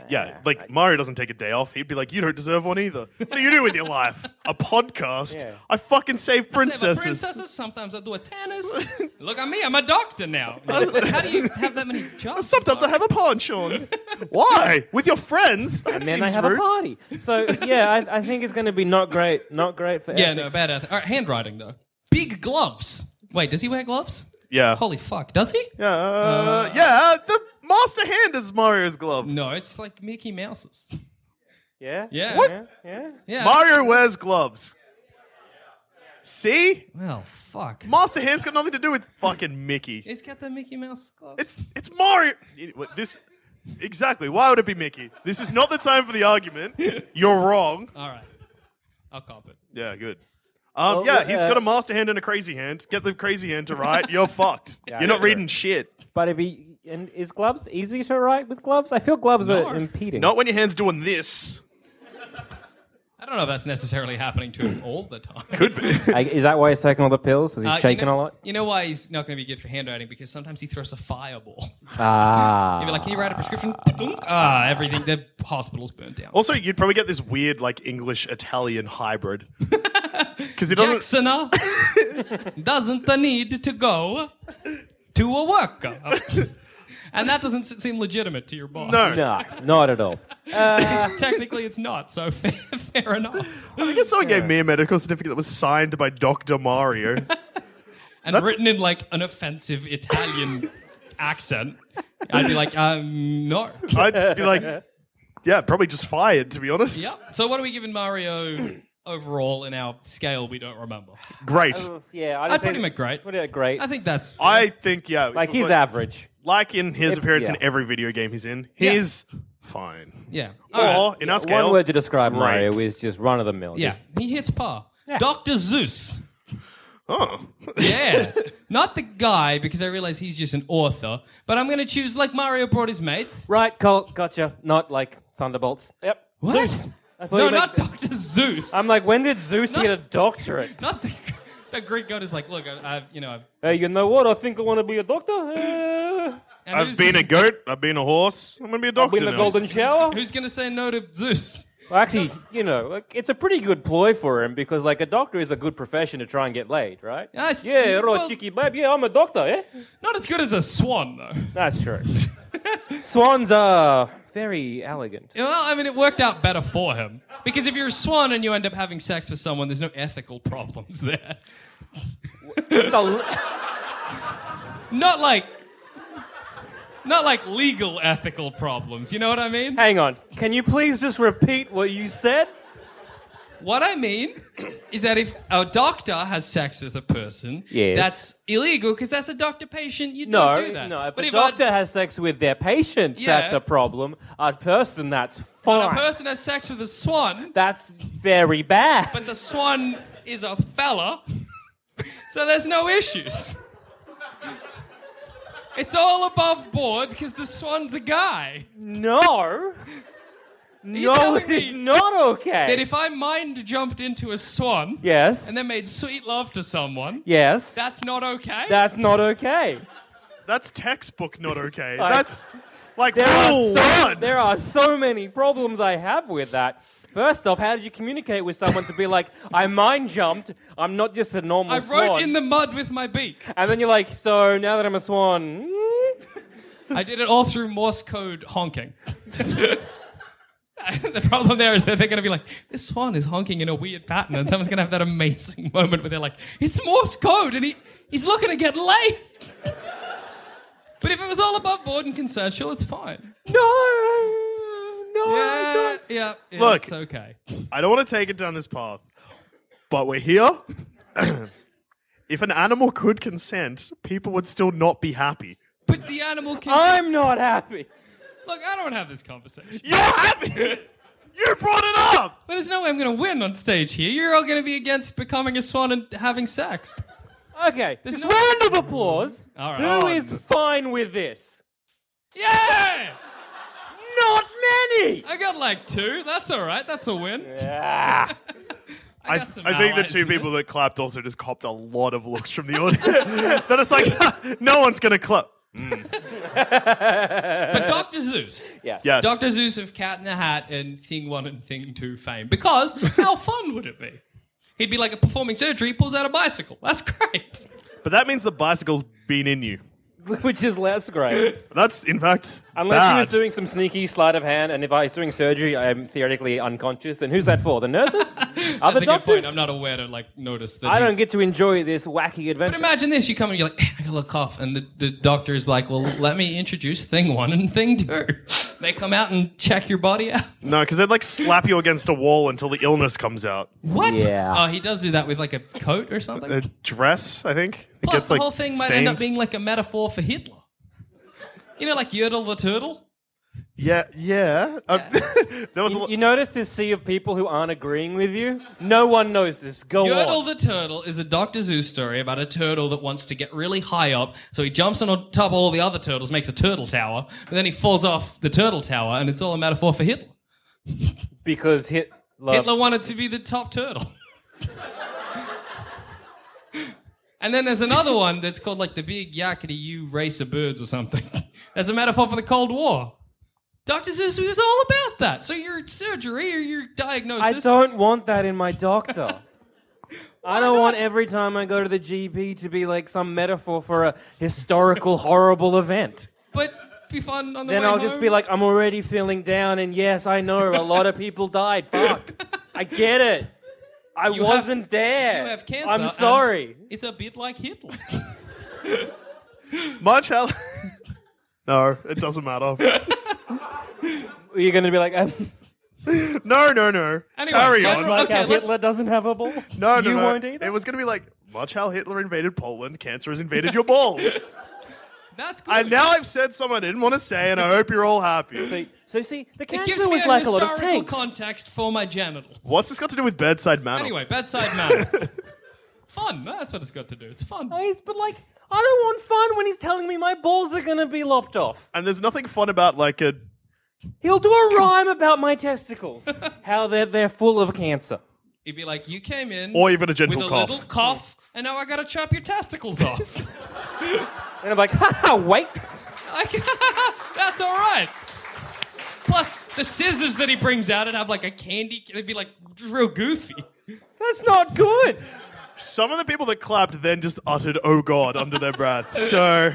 Speaker 4: Yeah, like Mario doesn't take a day off. He'd be like, "You don't deserve one either. What do you do with your life? A podcast?
Speaker 1: Yeah.
Speaker 4: I fucking save
Speaker 5: Princesses.
Speaker 4: princesses.
Speaker 5: princesses. Sometimes I do a tennis. Look at me. I'm a doctor now. How do you have that many jobs?
Speaker 4: Sometimes I have a punch on. Why? With your friends? That
Speaker 1: And
Speaker 4: seems
Speaker 1: then I have
Speaker 4: rude.
Speaker 1: a party. So yeah, I, I think it's going to be not great. Not great for.
Speaker 5: Yeah,
Speaker 1: ethics.
Speaker 5: no, bad ethic. All right, handwriting though. Big gloves. Wait, does he wear gloves?
Speaker 1: Oh.
Speaker 4: Yeah.
Speaker 5: Holy fuck, does he?
Speaker 4: yeah. uh, yeah. The master hand is Mario's glove.
Speaker 5: No, it's like Mickey Mouse's.
Speaker 1: Yeah.
Speaker 5: Yeah.
Speaker 1: Yeah. yeah.
Speaker 5: Yeah.
Speaker 4: Mario wears gloves. See,
Speaker 5: well, fuck.
Speaker 4: master hand's got nothing to do with fucking Mickey.
Speaker 5: He's got the Mickey Mouse gloves.
Speaker 4: It's it's Mario. This exactly. Why would it be Mickey? This is not the time for the argument. You're wrong.
Speaker 5: all right. I'll cop it.
Speaker 4: Yeah, good. Um,
Speaker 1: Well,
Speaker 4: yeah,
Speaker 1: uh,
Speaker 4: he's got a master hand and a crazy hand. Get the crazy hand to write. You're fucked. You're not
Speaker 1: sure.
Speaker 4: reading shit.
Speaker 1: But if he and is gloves easy to write with gloves? I feel gloves are impeding.
Speaker 4: Not when your hand's doing this.
Speaker 5: I don't know if that's necessarily happening to him all the time.
Speaker 4: Could be.
Speaker 1: I, is that why he's taking all the pills? Is he
Speaker 5: Uh, you
Speaker 1: shaking
Speaker 5: know-
Speaker 1: a lot?
Speaker 5: You know why he's not going to be good for handwriting? Because sometimes he throws a fireball.
Speaker 1: Ah.
Speaker 5: He'll be like, "Can you write a prescription?" ah, everything. The hospital's burnt down.
Speaker 4: also, you'd probably get this weird, like, English Italian hybrid. Because he doesn't.
Speaker 5: Jackson doesn't need to go to a workout. And that doesn't s- seem legitimate to your boss.
Speaker 4: No.
Speaker 1: Nah, not at all.
Speaker 5: Technically, it's not, so fair, fair enough.
Speaker 4: I guess someone gave me a medical certificate that was signed by Dr. Mario.
Speaker 5: And written in like an offensive Italian accent. I'd be like, um, no.
Speaker 4: I'd be like, yeah, probably just fired, to be honest.
Speaker 5: Yep. So, what are we giving Mario overall in our scale we don't remember?
Speaker 4: Great.
Speaker 1: Yeah, I'd,
Speaker 5: I'd
Speaker 1: say-
Speaker 5: put him at great.
Speaker 1: Put him at great.
Speaker 5: I think that's.
Speaker 4: I think, yeah.
Speaker 1: like he's average.
Speaker 4: Like in his
Speaker 1: If-
Speaker 4: appearance
Speaker 1: yeah.
Speaker 4: in every video game he's in,
Speaker 5: Yeah.
Speaker 4: he's fine.
Speaker 5: Yeah.
Speaker 4: Or,
Speaker 5: All right.
Speaker 4: in our scale,
Speaker 1: One word to describe
Speaker 4: Great.
Speaker 1: Mario is just run of the mill.
Speaker 5: Yeah. He hits par. Dr. Zeus.
Speaker 4: oh.
Speaker 5: Yeah. Not the guy, because I realize he's just an author, but I'm going to choose like Mario brought his mates.
Speaker 1: Right, Colt, gotcha. Not like Thunderbolts. Yep.
Speaker 5: What?
Speaker 1: Zeus. I thought
Speaker 5: No,
Speaker 1: you meant-
Speaker 5: not Dr. Zeus.
Speaker 1: I'm like, when did Zeus
Speaker 5: No.
Speaker 1: get a doctorate?
Speaker 5: not the, the Greek god is like, look, I, I, you know, I've,
Speaker 1: Hey, you know what? I think I want to be a doctor. Uh,
Speaker 5: And
Speaker 4: I've
Speaker 5: who's-
Speaker 4: been a goat. I've been a horse. I'm gonna be a
Speaker 1: I'll
Speaker 4: doctor.
Speaker 1: win the
Speaker 4: now.
Speaker 1: golden shower.
Speaker 5: Who's going to say no to Zeus?
Speaker 1: Well, actually, you know, like, it's a pretty good ploy for him because, like, a doctor is a good profession to try and get laid, right?
Speaker 5: Yes,
Speaker 1: yeah, right,
Speaker 5: well-
Speaker 1: cheeky babe. Yeah, I'm a doctor, eh?
Speaker 5: Not as good as a swan, though.
Speaker 1: That's true. Swans are very elegant.
Speaker 5: Well, I mean, it worked out better for him. Because if you're a swan and you end up having sex with someone, there's no ethical problems there.
Speaker 1: It's a-
Speaker 5: Not like. Not like legal ethical problems, you know what I mean?
Speaker 1: Hang on. Can you please just repeat what you said?
Speaker 5: What I mean is that if a doctor has sex with a person,
Speaker 1: Yes.
Speaker 5: that's illegal because that's a doctor patient. You
Speaker 1: No,
Speaker 5: don't do that.
Speaker 1: no. If
Speaker 5: but
Speaker 1: a
Speaker 5: if
Speaker 1: doctor
Speaker 5: a,
Speaker 1: has sex with their patient,
Speaker 5: Yeah.
Speaker 1: that's a problem. A person, that's fine.
Speaker 5: when a person has sex with a swan,
Speaker 1: that's very bad.
Speaker 5: but the swan is a fella, so there's no issues. It's all above board because the swan's a guy.
Speaker 1: no, no,
Speaker 5: telling
Speaker 1: it is
Speaker 5: me
Speaker 1: not okay.
Speaker 5: That if I mind jumped into a swan
Speaker 1: yes,
Speaker 5: and then made sweet love to someone,
Speaker 1: yes,
Speaker 5: that's not okay.
Speaker 1: that's not okay.
Speaker 4: That's textbook not okay.
Speaker 1: Like-
Speaker 4: That's like
Speaker 1: There
Speaker 4: rule
Speaker 1: are, so,
Speaker 4: one.
Speaker 1: there are so many problems I have with that. First off, how did you communicate with someone to be like, I mind jumped, I'm not just a normal
Speaker 5: I
Speaker 1: swan.
Speaker 5: wrote in the mud with my beak.
Speaker 1: And then you're like, so now that I'm a swan, mm,
Speaker 5: I did it all through Morse code honking. the problem there is that they're going to be like, this swan is honking in a weird pattern, and someone's going to have that amazing moment where they're like, it's Morse code, and he, he's looking to get laid. but if it was all above board and consensual, it's fine.
Speaker 1: no, no, I
Speaker 5: Yeah,
Speaker 1: don't.
Speaker 5: yeah, yeah,
Speaker 4: Look.
Speaker 5: it's okay.
Speaker 4: I don't want to take it down this path, but we're here. if an animal could consent, people would still not be happy.
Speaker 5: But the animal can.
Speaker 1: I'm not happy.
Speaker 5: Look, I don't want to have this conversation.
Speaker 4: You're happy. you brought it up.
Speaker 5: But there's no way I'm going to win on stage here. You're all going to be against becoming a swan and having sex.
Speaker 1: Okay,
Speaker 5: There's
Speaker 1: this
Speaker 5: no-
Speaker 1: round of applause.
Speaker 5: All right.
Speaker 1: Who
Speaker 5: Oh,
Speaker 1: is fine with this?
Speaker 5: Yeah!
Speaker 1: Not many.
Speaker 5: I got like two. That's all right. That's a win.
Speaker 1: Ah.
Speaker 4: I,
Speaker 5: got some
Speaker 4: I think the
Speaker 5: allies
Speaker 4: two
Speaker 5: in
Speaker 4: people
Speaker 5: this.
Speaker 4: that clapped also just copped a lot of looks from the audience. They're just like, no one's gonna clap.
Speaker 5: But Dr. Zeus.
Speaker 1: yes.
Speaker 4: Yes.
Speaker 5: Dr. Zeus of Cat in a Hat and Thing 1 and Thing 2 fame. Because how fun would it be? He'd be like a performing surgery, he pulls out a bicycle. That's great.
Speaker 4: But that means the bicycle's been in you.
Speaker 1: Which is less great.
Speaker 4: That's in fact
Speaker 1: Unless
Speaker 4: bad.
Speaker 1: he was doing some sneaky sleight of hand, and if I was doing surgery, I'm theoretically unconscious. Then who's that for? The nurses? Other
Speaker 5: That's a good
Speaker 1: doctors?
Speaker 5: point. I'm not aware to like notice that.
Speaker 1: I don't
Speaker 5: he's-
Speaker 1: get to enjoy this wacky adventure.
Speaker 5: But imagine this: you come and you're like, "I got a little cough," and the, the doctor is like, "Well, let me introduce Thing 1 and Thing 2." They come out and check your body out.
Speaker 4: No, because they'd like slap you against a wall until the illness comes out.
Speaker 5: What?
Speaker 1: Yeah.
Speaker 5: Oh, he does do that with like a coat or something.
Speaker 4: A dress, I think. It
Speaker 5: Plus,
Speaker 4: gets,
Speaker 5: the
Speaker 4: like,
Speaker 5: whole thing might end up
Speaker 4: stained.
Speaker 5: being like a metaphor for Hitler. You know, like Yertle the turtle.
Speaker 4: Yeah, yeah. Uh, there was a
Speaker 1: You,
Speaker 4: lo-
Speaker 1: you notice this sea of people who aren't agreeing with you? No one knows this. Go
Speaker 5: Yertle
Speaker 1: on.
Speaker 5: the turtle is a Doctor Zeus story about a turtle that wants to get really high up, so he jumps on top of all the other turtles, makes a turtle tower, and then he falls off the turtle tower, and it's all a metaphor for Hitler.
Speaker 1: because Hitler.
Speaker 5: Hitler wanted to be the top turtle. and then there's another one that's called like the big yakety you race of birds or something. That's a metaphor for the Cold War. Dr. Zeus was all about that. So your surgery or your
Speaker 1: I
Speaker 5: diagnosis.
Speaker 1: don't want that in my doctor. I don't want every time I go to the GP to be like some metaphor for a historical horrible event.
Speaker 5: But be fun on the
Speaker 1: Then
Speaker 5: way
Speaker 1: I'll just
Speaker 5: home.
Speaker 1: be like, I'm already feeling down, and yes, I know a lot of people died. Fuck, I get it. I
Speaker 5: You have-
Speaker 1: wasn't there.
Speaker 5: you have cancer.
Speaker 1: I'm
Speaker 5: and
Speaker 1: sorry.
Speaker 5: It's a bit like Hitler.
Speaker 4: much hell. no, it doesn't matter.
Speaker 1: You're gonna be like, um,
Speaker 4: no, no, no.
Speaker 5: Anyway,
Speaker 4: Carry
Speaker 5: general-
Speaker 4: on.
Speaker 1: like
Speaker 5: Okay,
Speaker 1: how
Speaker 5: let's-
Speaker 1: Hitler doesn't have a ball.
Speaker 4: no, no,
Speaker 1: you
Speaker 4: no.
Speaker 1: won't either.
Speaker 4: It was gonna be like much how Hitler invaded Poland, cancer has invaded your balls.
Speaker 5: That's good.
Speaker 4: and now I've said something I didn't want to say, and I hope you're all happy.
Speaker 1: So, so see, the
Speaker 5: it
Speaker 1: cancer
Speaker 5: gives me
Speaker 1: was
Speaker 5: a
Speaker 1: like a lot of
Speaker 5: historical
Speaker 1: tanks.
Speaker 5: context for my genitals.
Speaker 4: What's this got to do with bedside manner?
Speaker 5: Anyway, bedside manner. fun. That's what it's got to do. It's fun.
Speaker 1: Guys, but like, I don't want fun when he's telling me my balls are gonna be lopped off.
Speaker 4: and there's nothing fun about like a
Speaker 1: He'll do a rhyme about my testicles, how they're they're full of cancer.
Speaker 5: He'd be like, "You came in,
Speaker 4: Or even a gentle
Speaker 5: with a
Speaker 4: cough.
Speaker 5: little cough, and now I gotta chop your testicles off."
Speaker 1: And I'm like, ha ha, wait.
Speaker 5: Like, that's all right. Plus, the scissors that he brings out and have like a candy, they'd be like real goofy.
Speaker 1: That's not good.
Speaker 4: Some of the people that clapped then just uttered "Oh God" under their breath. So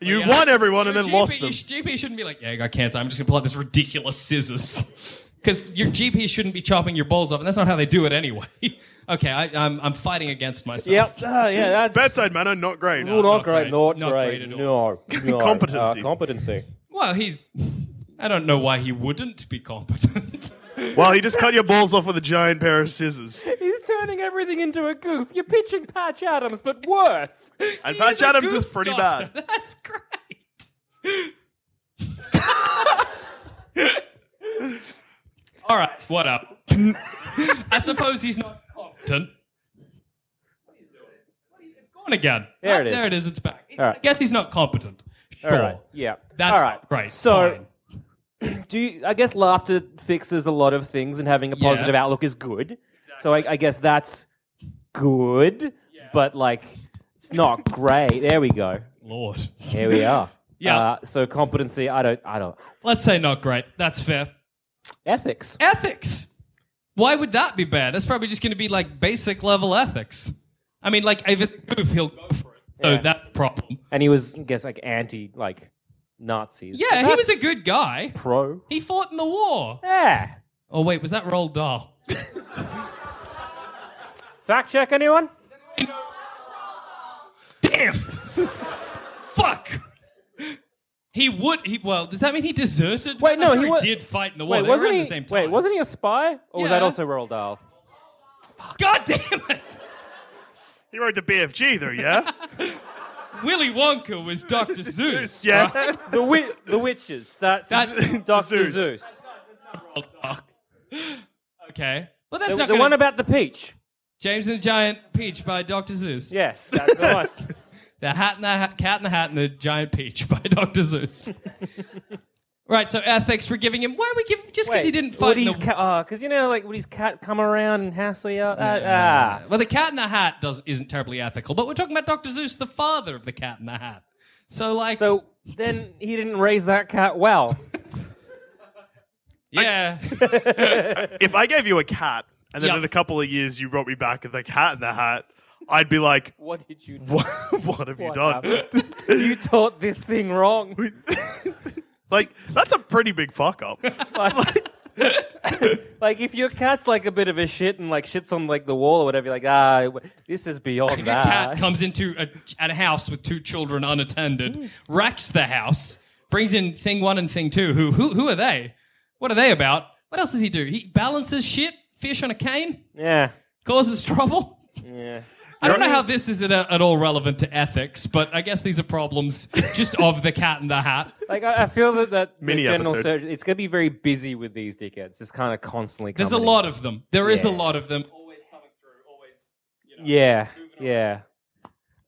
Speaker 4: you won everyone and
Speaker 5: Your
Speaker 4: then
Speaker 5: GP
Speaker 4: lost them.
Speaker 5: Your GP shouldn't be like, yeah, I got cancer. I'm just gonna pull out this ridiculous scissors. Because your GP shouldn't be chopping your balls off, and that's not how they do it anyway. okay, I, I'm, I'm fighting against myself.
Speaker 1: Yep. Ah, yeah, that's
Speaker 4: Bedside manner, not great.
Speaker 1: no, not, great. Not,
Speaker 5: Not
Speaker 1: great.
Speaker 5: great at
Speaker 1: no, no.
Speaker 4: Competency.
Speaker 1: Uh, competency.
Speaker 5: Well, he's. I don't know why he wouldn't be competent.
Speaker 4: Well, he just cut your balls off with a giant pair of scissors.
Speaker 1: He's turning everything into a goof. You're pitching Patch Adams, but worse.
Speaker 4: And
Speaker 5: He
Speaker 4: Patch
Speaker 5: a
Speaker 4: Adams
Speaker 5: goof
Speaker 4: is pretty
Speaker 5: doctor.
Speaker 4: bad.
Speaker 5: That's great. All right, what up? I suppose he's not competent. What are you doing? What are you- It's gone again.
Speaker 1: There
Speaker 5: Ah,
Speaker 1: it is.
Speaker 5: There it is. It's back.
Speaker 1: All right.
Speaker 5: I guess he's not competent. Sure.
Speaker 1: All right. Yeah.
Speaker 5: That's
Speaker 1: All right.
Speaker 5: right.
Speaker 1: So, do you, I guess laughter fixes a lot of things, and having a
Speaker 5: Yeah.
Speaker 1: positive outlook is good. So I, I guess that's good, but like it's not great. There we go.
Speaker 5: Lord.
Speaker 1: Here we are.
Speaker 5: Yeah.
Speaker 1: Uh, so competency. I don't. I don't.
Speaker 5: Let's say not great. That's fair.
Speaker 1: Ethics.
Speaker 5: ethics. Why would that be bad? That's probably just going to be like basic level ethics. I mean, like if it's a goof, he'll go for it. So
Speaker 1: Yeah.
Speaker 5: that's the problem.
Speaker 1: And he was, I guess, like anti, like Nazis.
Speaker 5: Yeah, he was a
Speaker 1: That's
Speaker 5: good guy.
Speaker 1: pro.
Speaker 5: He fought in the war.
Speaker 1: Yeah.
Speaker 5: Oh wait, was that Roald Dahl?
Speaker 1: Fact check. Anyone?
Speaker 5: Damn. Fuck. He would. He well. Does that mean he deserted?
Speaker 1: Wait,
Speaker 5: I'm
Speaker 1: no,
Speaker 5: sure
Speaker 1: he wa-
Speaker 5: did fight in the war. They
Speaker 1: Wait,
Speaker 5: were
Speaker 1: wasn't
Speaker 5: around
Speaker 1: he?
Speaker 5: the same time.
Speaker 1: Wait, wasn't he a spy? Or was that
Speaker 5: Yeah.
Speaker 1: also Roald Dahl?
Speaker 5: God damn it!
Speaker 4: He wrote the BFG though, yeah.
Speaker 5: Willy Wonka was Doctor Zeus.
Speaker 4: Yeah.
Speaker 1: The wi- the witches. That's,
Speaker 5: That's-
Speaker 1: Doctor
Speaker 4: Zeus.
Speaker 1: Zeus.
Speaker 5: Roald Dahl. Okay. Well, that's
Speaker 1: The,
Speaker 5: not
Speaker 1: the
Speaker 5: gonna-
Speaker 1: one about the peach.
Speaker 5: James and the Giant Peach by Doctor Zeus.
Speaker 1: Yes, that's the one.
Speaker 5: The Hat and the ha- Cat in the Hat and the Giant Peach by Dr. Zeus. right, so ethics for giving him. Why are we give just because he didn't fight? in
Speaker 1: Woody's
Speaker 5: the,
Speaker 1: cat. Because uh, you know, like Woody's cat come around and hassle you out. Uh, ah.
Speaker 5: well, the Cat in the Hat does isn't terribly ethical, but we're talking about Dr. Zeus, the father of the Cat in the Hat. So like,
Speaker 1: So then he didn't raise that cat well.
Speaker 5: yeah,
Speaker 4: if I gave you a cat and then
Speaker 5: Yeah.
Speaker 4: in a couple of years you brought me back with a cat in the hat, I'd be like,
Speaker 1: What did you? do?
Speaker 4: "What, what have you
Speaker 1: What
Speaker 4: done?"
Speaker 1: happened? you taught this thing wrong.
Speaker 4: like that's a pretty big fuck up.
Speaker 1: like, like, if your cat's like a bit of a shit and like shits on like the wall or whatever, you're like ah, w- this is beyond
Speaker 5: if a cat
Speaker 1: that.
Speaker 5: comes into a, at a house with two children unattended, wrecks the house, brings in thing one and thing two. Who who who are they? What are they about? What else does he do? He balances shit, fish on a cane,
Speaker 1: yeah,
Speaker 5: causes trouble.
Speaker 1: yeah.
Speaker 5: I don't know how this is at, at all relevant to ethics, but I guess these are problems just of the cat in the hat.
Speaker 1: Like I, I feel that that the
Speaker 4: Mini
Speaker 1: general
Speaker 4: episode.
Speaker 1: surgery, it's going to be very busy with these dickheads. It's kind of constantly.
Speaker 5: There's a
Speaker 1: coming in.
Speaker 5: lot of them. There is
Speaker 1: Yeah.
Speaker 5: a lot of them.
Speaker 1: Yeah, yeah.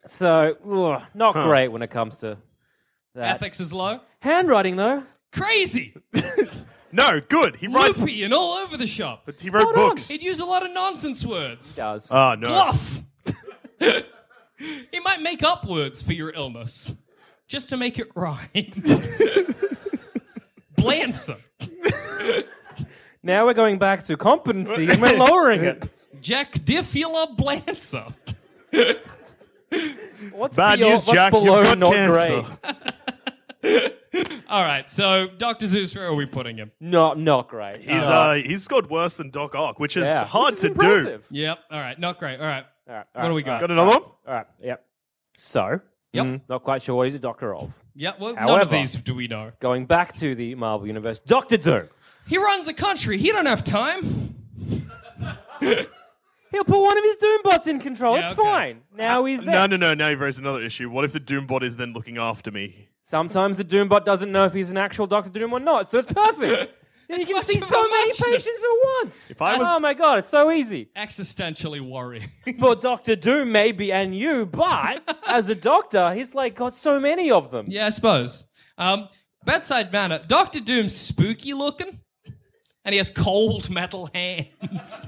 Speaker 1: So ugh, not great when it comes to that.
Speaker 5: Ethics is low.
Speaker 1: Handwriting though,
Speaker 5: Crazy.
Speaker 4: no, good. He writes.
Speaker 5: Loopy and all over the shop.
Speaker 4: He wrote
Speaker 1: Spot on.
Speaker 4: books.
Speaker 5: He'd use a lot of nonsense words.
Speaker 1: does
Speaker 4: Oh no.
Speaker 5: Bluff. he might make up words for your illness just to make it rhyme. Blancer.
Speaker 1: now we're going back to competency and we're lowering it.
Speaker 5: Jack Diffula Blancer.
Speaker 1: What's
Speaker 4: Bad
Speaker 1: beyond- what's
Speaker 4: news, Jack. You've
Speaker 1: Below
Speaker 4: got
Speaker 1: not
Speaker 4: cancer.
Speaker 1: great.
Speaker 5: All right, so Dr. Zeus, where are we putting him?
Speaker 1: Not not great.
Speaker 4: He's uh, he's scored worse than Doc Ock, which is
Speaker 1: Ah. Yeah.
Speaker 4: hard
Speaker 1: Which is
Speaker 4: to do.
Speaker 1: impressive.
Speaker 5: Yep. All right. Not great. All right.
Speaker 1: All right,
Speaker 5: What do we got?
Speaker 4: Got another one?
Speaker 1: All right, yep. So,
Speaker 5: Yep.
Speaker 4: Mm-hmm.
Speaker 1: not quite sure what he's a doctor of.
Speaker 5: Yep. Well, none of
Speaker 1: However-
Speaker 5: these do we know.
Speaker 1: Going back to the Marvel Universe, Doctor Doom.
Speaker 5: He runs a country. He don't have time.
Speaker 1: He'll put one of his Doom bots in control.
Speaker 5: Yeah,
Speaker 1: it's
Speaker 5: okay.
Speaker 1: fine. Now he's there.
Speaker 4: No, no, no. Now you've raised another issue. What if the Doombot is then looking after me?
Speaker 1: Sometimes the Doom bot doesn't know if he's an actual Doctor Doom or not, so it's perfect. Then you
Speaker 5: It's much
Speaker 1: can see
Speaker 5: of a
Speaker 1: so many
Speaker 5: muchness.
Speaker 1: patients at once.
Speaker 4: If I was-
Speaker 1: Oh my god, it's so easy.
Speaker 5: Existentially worrying.
Speaker 1: For Doctor Doom, maybe, and you, but as a doctor, he's like got so many of them.
Speaker 5: yeah, I suppose. Um, bedside manner. Doctor Doom's spooky looking, and he has cold metal hands.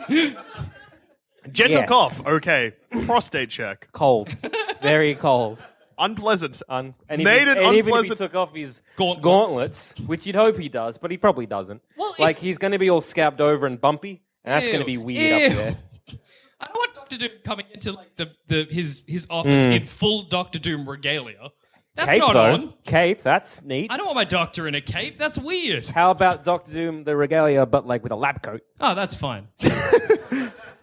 Speaker 4: Gentle
Speaker 1: Yes.
Speaker 4: cough. Okay. Prostate check.
Speaker 1: Cold. Very cold.
Speaker 4: Unpleasant.
Speaker 1: Un- and
Speaker 4: Made
Speaker 1: even,
Speaker 4: it
Speaker 1: and even if he
Speaker 4: unpleasant.
Speaker 1: took off his
Speaker 5: Gauntlets.
Speaker 1: gauntlets. which you'd hope he does, but he probably doesn't.
Speaker 5: Well, if-
Speaker 1: like he's going to be all scabbed over and bumpy, and that's going
Speaker 5: Ew.
Speaker 1: to be weird
Speaker 5: Ew.
Speaker 1: up there.
Speaker 5: I don't want Doctor Doom coming into like the, the his his office in full Doctor Doom regalia. That's
Speaker 1: Hmm. cape
Speaker 5: not
Speaker 1: though,
Speaker 5: on.
Speaker 1: cape. That's neat.
Speaker 5: I don't want my doctor in a cape. That's weird.
Speaker 1: How about Doctor Doom the regalia, but like with a lab coat?
Speaker 5: Oh, that's fine.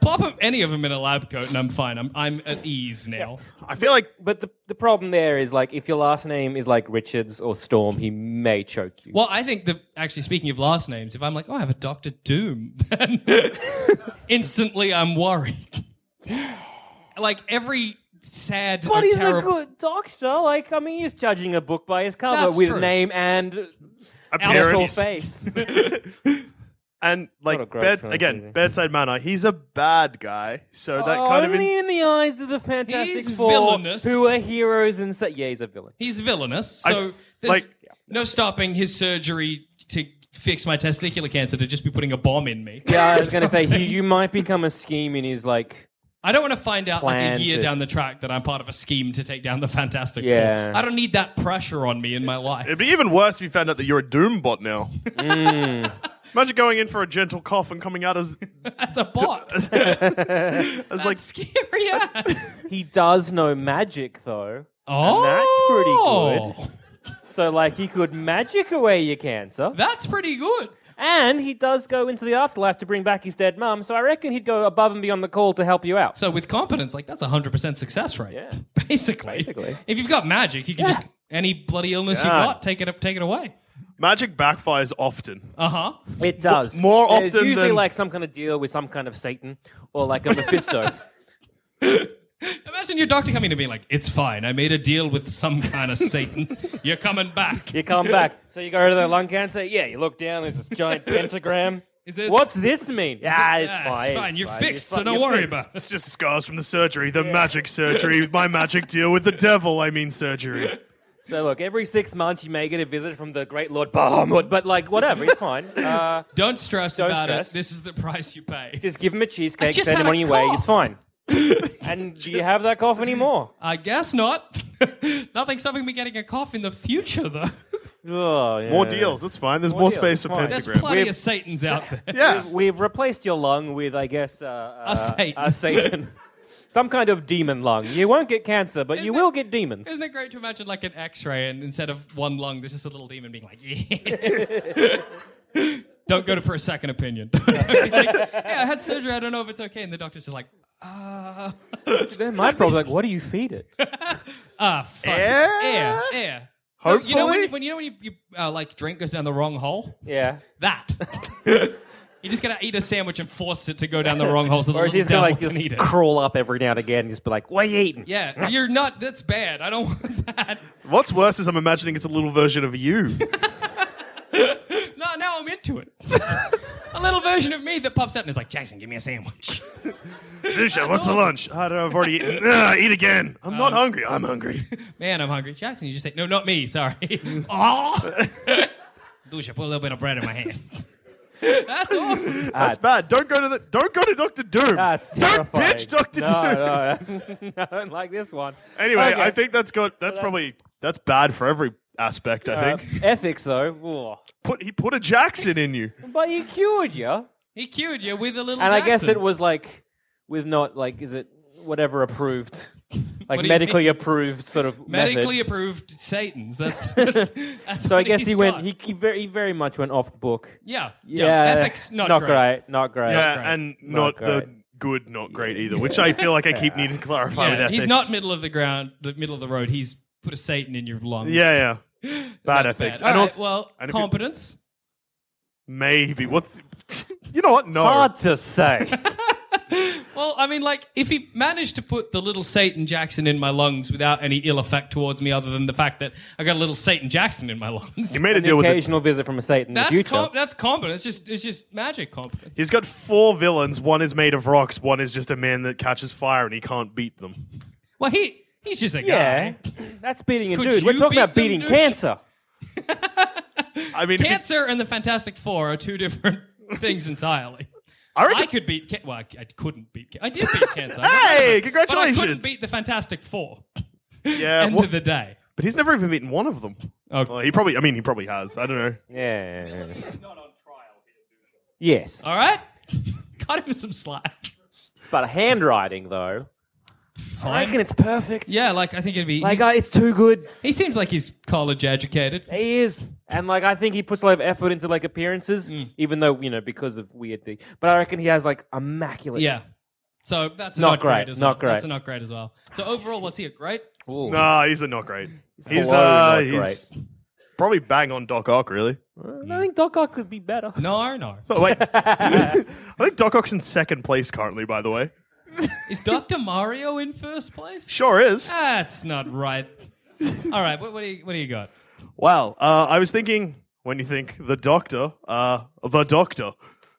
Speaker 5: Plop 'em- any of them in a lab coat, and I'm fine. I'm I'm at ease now.
Speaker 4: I feel like
Speaker 1: But the the problem there is like if your last name is like Richards or Storm, he may choke you.
Speaker 5: Well, I think that actually, speaking of last names, if I'm like, oh, I have a Doctor Doom, then instantly I'm worried. like every sad,
Speaker 1: But he's a
Speaker 5: terrible
Speaker 1: good doctor. Like, I mean, he's judging a book by his cover
Speaker 5: That's
Speaker 1: with
Speaker 5: true.
Speaker 1: name and actual
Speaker 4: appearance
Speaker 1: face.
Speaker 4: and
Speaker 1: What
Speaker 4: like
Speaker 1: a great
Speaker 4: bed,
Speaker 1: film,
Speaker 4: again
Speaker 1: really.
Speaker 4: bedside manner. He's a bad guy, so that
Speaker 1: Oh,
Speaker 4: kind of in-
Speaker 1: only in the eyes of the Fantastic
Speaker 5: He's
Speaker 1: Four,
Speaker 5: villainous.
Speaker 1: who are heroes and say, yeah, he's a villain.
Speaker 5: He's villainous,
Speaker 4: I-
Speaker 5: so there's
Speaker 4: like-
Speaker 5: no stopping his surgery to fix my testicular cancer to just be putting a bomb in me.
Speaker 1: Yeah, I was going to say he, you might become a scheme in his like.
Speaker 5: I don't want to find out like a
Speaker 1: Plan
Speaker 5: year
Speaker 1: to-
Speaker 5: down the track that I'm part of a scheme to take down the Fantastic
Speaker 1: Yeah.
Speaker 5: Four. I don't need that pressure on me in my life.
Speaker 4: It'd be even worse if you found out that you're a Doom bot now.
Speaker 1: Hmm.
Speaker 4: Imagine going in for a gentle cough and coming out as
Speaker 5: That's a bot.
Speaker 4: as
Speaker 5: like
Speaker 4: like
Speaker 5: scary ass.
Speaker 1: He does know magic though,
Speaker 5: oh,
Speaker 1: that's pretty good. so like he could magic away your cancer,
Speaker 5: That's pretty good.
Speaker 1: and he does go into the afterlife to bring back his dead mum. So I reckon he'd go above and beyond the call to help you out.
Speaker 5: So with competence, like that's a hundred percent success rate.
Speaker 1: Yeah.
Speaker 5: Basically.
Speaker 1: Basically.
Speaker 5: if you've got magic, you can just any bloody illness you
Speaker 4: Yeah.
Speaker 5: got, take it up, take it away.
Speaker 4: magic backfires often.
Speaker 5: Uh huh.
Speaker 1: It does.
Speaker 4: more
Speaker 1: There's
Speaker 4: often
Speaker 1: usually
Speaker 4: than-
Speaker 1: like some kind of deal with some kind of Satan or like a Mephisto.
Speaker 5: Imagine your doctor coming to me like, "It's fine. I made a deal with some kind of Satan. You're coming back."
Speaker 1: you come back. So you go to the lung cancer. Yeah, you look down. There's this giant pentagram.
Speaker 5: Is this-
Speaker 1: What's this mean? Yeah, it's,
Speaker 5: Ah,
Speaker 1: fine.
Speaker 5: It's fine. You're fixed, so
Speaker 1: fine,
Speaker 5: don't
Speaker 1: you're
Speaker 5: worry
Speaker 1: fixed.
Speaker 5: about it.
Speaker 4: It's just scars from the surgery, the magic surgery, my magic deal with the devil. I mean surgery.
Speaker 1: So look, every six months you may get a visit from the great Lord Bahamut, but like whatever, it's fine. Uh,
Speaker 5: Don't stress
Speaker 1: Don't
Speaker 5: about
Speaker 1: stress.
Speaker 5: it. This is the price you pay.
Speaker 1: just give him a
Speaker 5: I
Speaker 1: cheesecake,
Speaker 5: just
Speaker 1: send
Speaker 5: had
Speaker 1: him on
Speaker 5: a
Speaker 1: your way. It's
Speaker 5: cough.
Speaker 1: fine. and do you have that cough anymore?
Speaker 5: I guess not. Nothing stopping me getting a cough in the future, though.
Speaker 1: Oh, yeah.
Speaker 4: More deals. That's fine. There's more,
Speaker 1: deals,
Speaker 4: space for
Speaker 1: fine.
Speaker 5: There's
Speaker 4: pentagram.
Speaker 5: plenty of Satans out there.
Speaker 4: yeah.
Speaker 1: We've replaced your lung with, I guess, uh, uh,
Speaker 5: Satan.
Speaker 1: A Satan. Some kind of demon lung. You won't get cancer, but you
Speaker 5: Isn't
Speaker 1: will
Speaker 5: it-
Speaker 1: get demons.
Speaker 5: Isn't it great to imagine like an X-ray, and instead of one lung, there's just a little demon being like, "Yeah." Don't go to for a second opinion. Don't be like, yeah, I had surgery. I don't know if it's okay. And the doctor's just like, ah,
Speaker 1: Then my problem like, what do you feed it?
Speaker 5: ah, fuck.
Speaker 4: Air?
Speaker 5: air, air. No, you know
Speaker 4: Hopefully?
Speaker 5: when, when you know when you, you uh, like drink goes down the wrong hole.
Speaker 1: Yeah.
Speaker 5: That. You're just gonna eat a sandwich and force it to go down the wrong hole, so the
Speaker 1: Or is he
Speaker 5: little
Speaker 1: just gonna
Speaker 5: devil
Speaker 1: like
Speaker 5: can
Speaker 1: just
Speaker 5: eat it.
Speaker 1: crawl up every now and again and just be like, "What you eating?"
Speaker 5: Yeah, you're not. That's bad. I don't want that.
Speaker 4: What's worse is I'm imagining it's a little version of you.
Speaker 5: No, now I'm into it. a little version of me that pops out and is like, Jackson, give me a sandwich.
Speaker 4: Dusha, what's for lunch? I don't know. I've already eaten. Ugh, eat again. I'm
Speaker 5: Um,
Speaker 4: not hungry. I'm hungry.
Speaker 5: Man, I'm hungry. Jackson, you just say, no, not me. Sorry. oh, douche. I put a little bit of bread in my hand. That's awesome.
Speaker 4: That's bad. Don't go to the. Don't go to Doctor Doom.
Speaker 1: That's
Speaker 4: don't
Speaker 1: terrifying.
Speaker 4: pitch Doctor
Speaker 1: no,
Speaker 4: Doom.
Speaker 1: No, I don't like this one.
Speaker 4: Anyway,
Speaker 1: Okay.
Speaker 4: I think that's got. That's probably. That's bad for every aspect. I
Speaker 1: Uh,
Speaker 4: think.
Speaker 1: ethics, though. Whoa.
Speaker 4: Put he put a Jackson in you.
Speaker 1: But he cured you, and
Speaker 5: He cured you with a little.
Speaker 1: I guess
Speaker 5: Jackson.
Speaker 1: it was like with not like is it whatever approved,
Speaker 5: What
Speaker 1: like
Speaker 5: do you
Speaker 1: medically approved sort of
Speaker 5: medically
Speaker 1: Method.
Speaker 5: approved Satan's. That's, that's, that's
Speaker 1: So I
Speaker 5: what
Speaker 1: guess
Speaker 5: he's
Speaker 1: he went.
Speaker 5: got.
Speaker 1: He, he very he very much went off the book.
Speaker 5: yeah, yeah.
Speaker 1: Yeah,
Speaker 5: Ethics not,
Speaker 1: not
Speaker 5: great.
Speaker 1: great. Not great.
Speaker 4: Yeah,
Speaker 5: great.
Speaker 4: and not, the good, not great either, which I feel like I keep needing to clarify with
Speaker 5: Yeah,
Speaker 4: ethics.
Speaker 5: he's not middle of the ground, the middle of the road. He's put a Satan in your lungs.
Speaker 4: Yeah, yeah. Bad
Speaker 5: That's
Speaker 4: ethics.
Speaker 5: Bad.
Speaker 4: And
Speaker 5: All right,
Speaker 4: also,
Speaker 5: well,
Speaker 4: and if you-
Speaker 5: competence.
Speaker 4: maybe what's you know what? No.
Speaker 1: Hard to say.
Speaker 5: Well, I mean, like, if he managed to put the little Satan Jackson in my lungs without any ill effect towards me, other than the fact that I got a little Satan Jackson in my lungs,
Speaker 4: He made a
Speaker 1: An
Speaker 4: deal with it.
Speaker 1: occasional visit from a Satan in the
Speaker 5: that's
Speaker 1: future.
Speaker 5: com- that's competence. It's just it's just magic competence.
Speaker 4: He's got four villains. One is made of rocks. One is just a man that catches fire and he can't beat them.
Speaker 5: well, he he's just a
Speaker 1: yeah,
Speaker 5: guy.
Speaker 1: that's beating a
Speaker 5: Could
Speaker 1: dude. We're
Speaker 5: you
Speaker 1: talking
Speaker 5: beat
Speaker 1: about
Speaker 5: them,
Speaker 1: beating
Speaker 5: dude?
Speaker 1: cancer.
Speaker 4: I mean, if he-
Speaker 5: Cancer and the Fantastic Four are two different things entirely.
Speaker 4: I
Speaker 5: I
Speaker 4: reckon.
Speaker 5: could beat ca- well, I, I couldn't beat. Ca- I did beat cancer. I got over it.
Speaker 4: Hey,
Speaker 5: But I couldn't
Speaker 4: congratulations.
Speaker 5: beat the Fantastic Four.
Speaker 4: Yeah,
Speaker 5: End
Speaker 4: what-
Speaker 5: of the day.
Speaker 4: But he's never even beaten one of them.
Speaker 5: Oh,
Speaker 4: Well, he probably. I mean, he probably has. I don't know.
Speaker 1: Yeah. Yes.
Speaker 5: all right. Cut him some slack.
Speaker 1: But handwriting, though. I
Speaker 5: Fine.
Speaker 1: reckon it's perfect.
Speaker 5: Yeah, like I think it'd be.
Speaker 1: Like,
Speaker 5: he's-
Speaker 1: uh, it's too good.
Speaker 5: he seems like he's college educated.
Speaker 1: He is. And, like, I think he puts a lot of effort into, like, appearances,
Speaker 5: Mm.
Speaker 1: even though, you know, because of weird things. But I reckon he has, like, immaculate.
Speaker 5: Yeah. So that's a
Speaker 1: Not
Speaker 5: not, great.
Speaker 1: great,
Speaker 5: as
Speaker 1: not
Speaker 5: well. That's
Speaker 1: great.
Speaker 5: a not great as well. So overall, what's he a great?
Speaker 4: Nah, he's a not great. He's,
Speaker 1: below
Speaker 4: uh,
Speaker 1: not
Speaker 4: he's probably bang on Doc Ock. Really?
Speaker 1: I think Doc Ock could be better.
Speaker 5: No, no.
Speaker 4: Oh, wait, I think Doc Ock's in second place currently. By the way,
Speaker 5: Is Doctor Mario in first place?
Speaker 4: sure is.
Speaker 5: That's not right. All right. What, what do you What do you got?
Speaker 4: Wow. Uh, I was thinking when you think the Doctor, uh, the Doctor,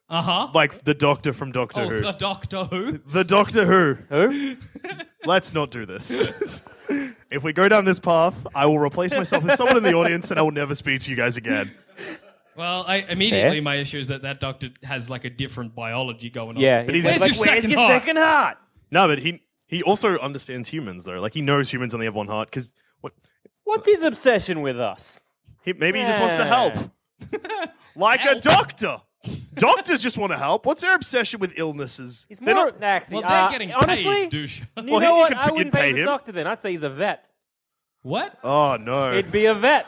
Speaker 5: Uh huh.
Speaker 4: like the Doctor from Doctor
Speaker 5: Oh,
Speaker 4: Who,
Speaker 5: the Doctor Who.
Speaker 4: the Doctor Who.
Speaker 1: Who?
Speaker 4: Let's not do this. if we go down this path, I will replace myself with someone in the audience, and I will never speak to you guys again.
Speaker 5: Well, I immediately
Speaker 1: Fair.
Speaker 5: my issue is that that doctor has like a different biology going on.
Speaker 1: Yeah.
Speaker 4: But he's
Speaker 5: Where's
Speaker 4: like,
Speaker 5: your
Speaker 4: where's
Speaker 5: second
Speaker 1: your
Speaker 5: heart?
Speaker 1: second heart?
Speaker 4: No, but he he also understands humans though. Like he knows humans only have one heart because what
Speaker 1: What's his obsession with us?
Speaker 4: he, maybe he just wants to
Speaker 1: Yeah.
Speaker 4: help, like a doctor. Doctors just want to help. What's their obsession with illnesses?
Speaker 1: He's
Speaker 4: They're
Speaker 1: more.
Speaker 4: not-
Speaker 1: actually,
Speaker 5: Well, they're
Speaker 1: uh,
Speaker 5: getting
Speaker 1: honestly,
Speaker 5: paid, douche.
Speaker 1: You know
Speaker 4: Well, he- you
Speaker 1: what?
Speaker 4: could-
Speaker 1: I
Speaker 4: you'd
Speaker 1: wouldn't
Speaker 4: pay
Speaker 1: pay the
Speaker 4: him.
Speaker 1: doctor then. I'd say he's a vet.
Speaker 5: What?
Speaker 4: oh no,
Speaker 1: It'd be a vet.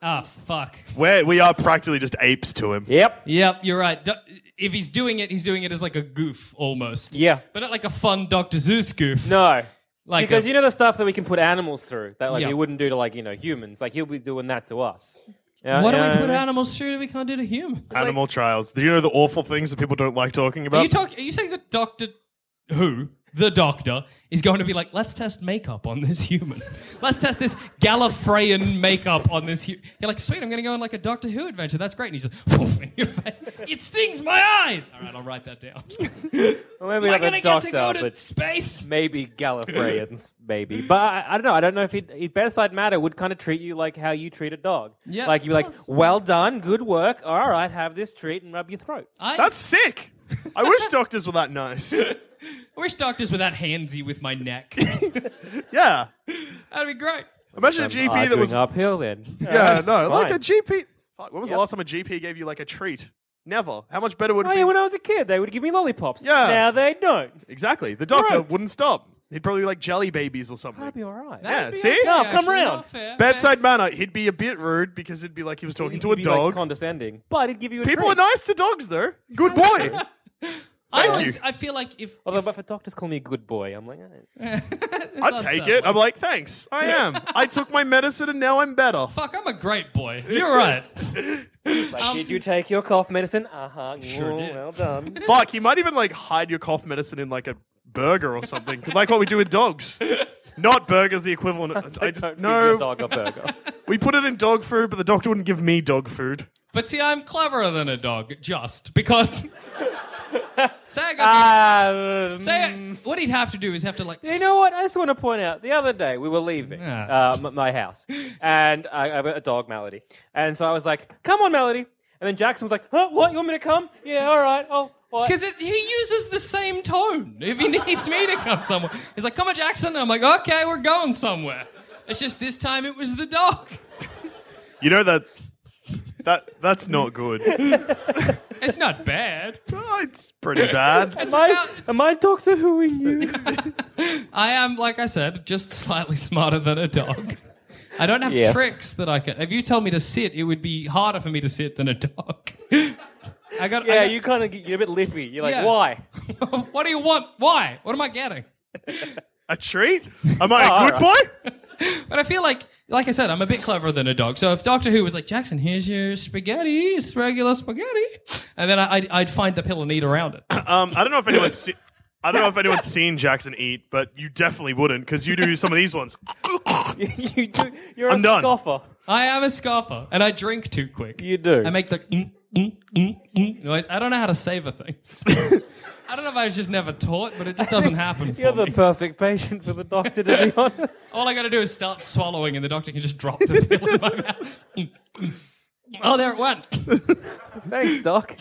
Speaker 5: Ah, fuck.
Speaker 4: We're, we are practically just apes to him.
Speaker 1: Yep.
Speaker 5: Yep, you're right. Do- if he's doing it, he's doing it as like a goof almost.
Speaker 1: Yeah.
Speaker 5: But not like a fun Dr. Zeus goof.
Speaker 1: No.
Speaker 5: Like
Speaker 1: because
Speaker 5: a-
Speaker 1: you know the stuff that we can put animals through that like
Speaker 5: Yeah.
Speaker 1: he wouldn't do to like you know humans. Like he'll be doing that to us. Yeah,
Speaker 5: What do
Speaker 1: yeah,
Speaker 5: we
Speaker 1: yeah,
Speaker 5: put
Speaker 1: yeah.
Speaker 5: animals through that we can't do to humans?
Speaker 4: Animal trials. Do you know the awful things that people don't like talking
Speaker 5: Are
Speaker 4: about?
Speaker 5: you talking? Are you saying that Doctor Who, the Doctor, is going to be like, let's test makeup on this human. let's test this Gallifreyan makeup on this. Hu-. You're like, sweet, I'm going to go on like a Doctor Who adventure. That's great. And he's just, "Woof," in your face. it stings my eyes. All right, I'll write that down.
Speaker 1: Well, maybe
Speaker 5: Am I
Speaker 1: not
Speaker 5: going to
Speaker 1: the
Speaker 5: get
Speaker 1: doctor,
Speaker 5: to go to
Speaker 1: but
Speaker 5: space?
Speaker 1: maybe Gallifreyans, maybe. But I, I don't know. I don't know if he'd, he'd bedside matter would kind of treat you like how you treat a dog.
Speaker 5: Yeah,
Speaker 1: Like you'd be like,
Speaker 5: of course.
Speaker 1: well done, good work. All right, have this treat and rub your throat.
Speaker 5: I
Speaker 4: That's sick. I wish doctors were that nice.
Speaker 5: wish doctors were that handsy with my neck.
Speaker 4: Yeah.
Speaker 5: That'd be great.
Speaker 4: Imagine a
Speaker 1: I'm
Speaker 4: GP that was
Speaker 1: arguing uphill then.
Speaker 4: Yeah, no, like a
Speaker 1: Fine.
Speaker 4: GP. Fuck, when was the last time a GP gave you like a treat? Never. How much better would it
Speaker 1: Oh
Speaker 4: be?
Speaker 1: yeah, when I was a kid, they would give me lollipops.
Speaker 4: Yeah.
Speaker 1: Now they don't.
Speaker 4: exactly. The doctor
Speaker 1: Right.
Speaker 4: wouldn't stop. He'd probably be like jelly babies or something.
Speaker 1: That'd be all right.
Speaker 4: yeah,
Speaker 5: That'd be
Speaker 4: see?
Speaker 5: okay,
Speaker 1: No, come
Speaker 5: actually.
Speaker 1: round.
Speaker 5: No, fair, fair.
Speaker 4: Bedside manner. He'd be a bit rude because it'd be like he was talking
Speaker 1: It'd
Speaker 4: to a
Speaker 1: be, like,
Speaker 4: dog.
Speaker 1: condescending, but it'd give you a
Speaker 4: People
Speaker 1: treat.
Speaker 4: are nice to dogs, though. Good boy.
Speaker 5: I
Speaker 4: Thank
Speaker 5: always,
Speaker 4: you.
Speaker 5: I feel like if,
Speaker 1: Although,
Speaker 5: if-
Speaker 1: but for doctors call me a good boy, I'm like, eh.
Speaker 4: I'd take it. I'm like, thanks. I am. I took my medicine and now I'm better.
Speaker 5: fuck, I'm a great boy. You're right.
Speaker 1: like
Speaker 5: Um,
Speaker 1: did you take your cough medicine? Uh huh.
Speaker 5: Sure did.
Speaker 1: Well done.
Speaker 4: Fuck, he might even like hide your cough medicine in like a burger or something. like what we do with dogs. Not burgers, the equivalent. I just
Speaker 1: Don't feed
Speaker 4: no.
Speaker 1: your dog a burger.
Speaker 4: We put it in dog food, but the doctor wouldn't give me dog food.
Speaker 5: But see, I'm cleverer than a dog, just because. say I got.
Speaker 1: Ah, um,
Speaker 5: say I, what he'd have to do is have to like.
Speaker 1: You know what? I just want to point out the other day we were leaving
Speaker 5: Yeah.
Speaker 1: uh, m- my house and I I have a dog, Melody. And so I was like, come on, Melody. And then Jackson was like, huh, what? You want me to come? Yeah, all right. Oh, what?
Speaker 5: Because he uses the same tone if he needs me to come somewhere. He's like, "Come on, Jackson," and I'm like, "Okay, we're going somewhere." It's just this time it was the dog.
Speaker 4: You know that that that's not good.
Speaker 5: It's not bad.
Speaker 4: Oh, it's pretty bad.
Speaker 1: Am I, am I Doctor Whoing you?
Speaker 5: I am, like I said, just slightly smarter than a dog. I don't have
Speaker 1: Yes.
Speaker 5: tricks that I can. If you tell me to sit, it would be harder for me to sit than a dog. I got. I
Speaker 1: yeah,
Speaker 5: got-
Speaker 1: you kind of get you're a bit lippy. You're like,
Speaker 5: Yeah.
Speaker 1: why?
Speaker 5: what do you want? Why? What am I getting?
Speaker 4: A treat? Am I a good boy?
Speaker 5: But I feel like, like I said, I'm a bit cleverer than a dog. So if Doctor Who was like, Jackson, here's your spaghetti, it's regular spaghetti, and then I, I'd, I'd find the pill and eat around it.
Speaker 4: Um, I don't know if anyone's se- I don't know if anyone's seen Jackson eat, but you definitely wouldn't because you do some of these ones.
Speaker 1: you do. You're
Speaker 4: I'm
Speaker 1: a
Speaker 4: done.
Speaker 1: scoffer.
Speaker 5: I am a scoffer, and I drink too quick.
Speaker 1: You do.
Speaker 5: I make the mm, mm, mm, mm noise. I don't know how to savor things. I don't know if I was just never taught, but it just doesn't happen for
Speaker 1: You're the
Speaker 5: me.
Speaker 1: perfect patient for the doctor, to be honest.
Speaker 5: All I got to do is start swallowing, and the doctor can just drop the pill in my mouth. Mm, mm. Oh, there it went.
Speaker 1: Thanks, Doc.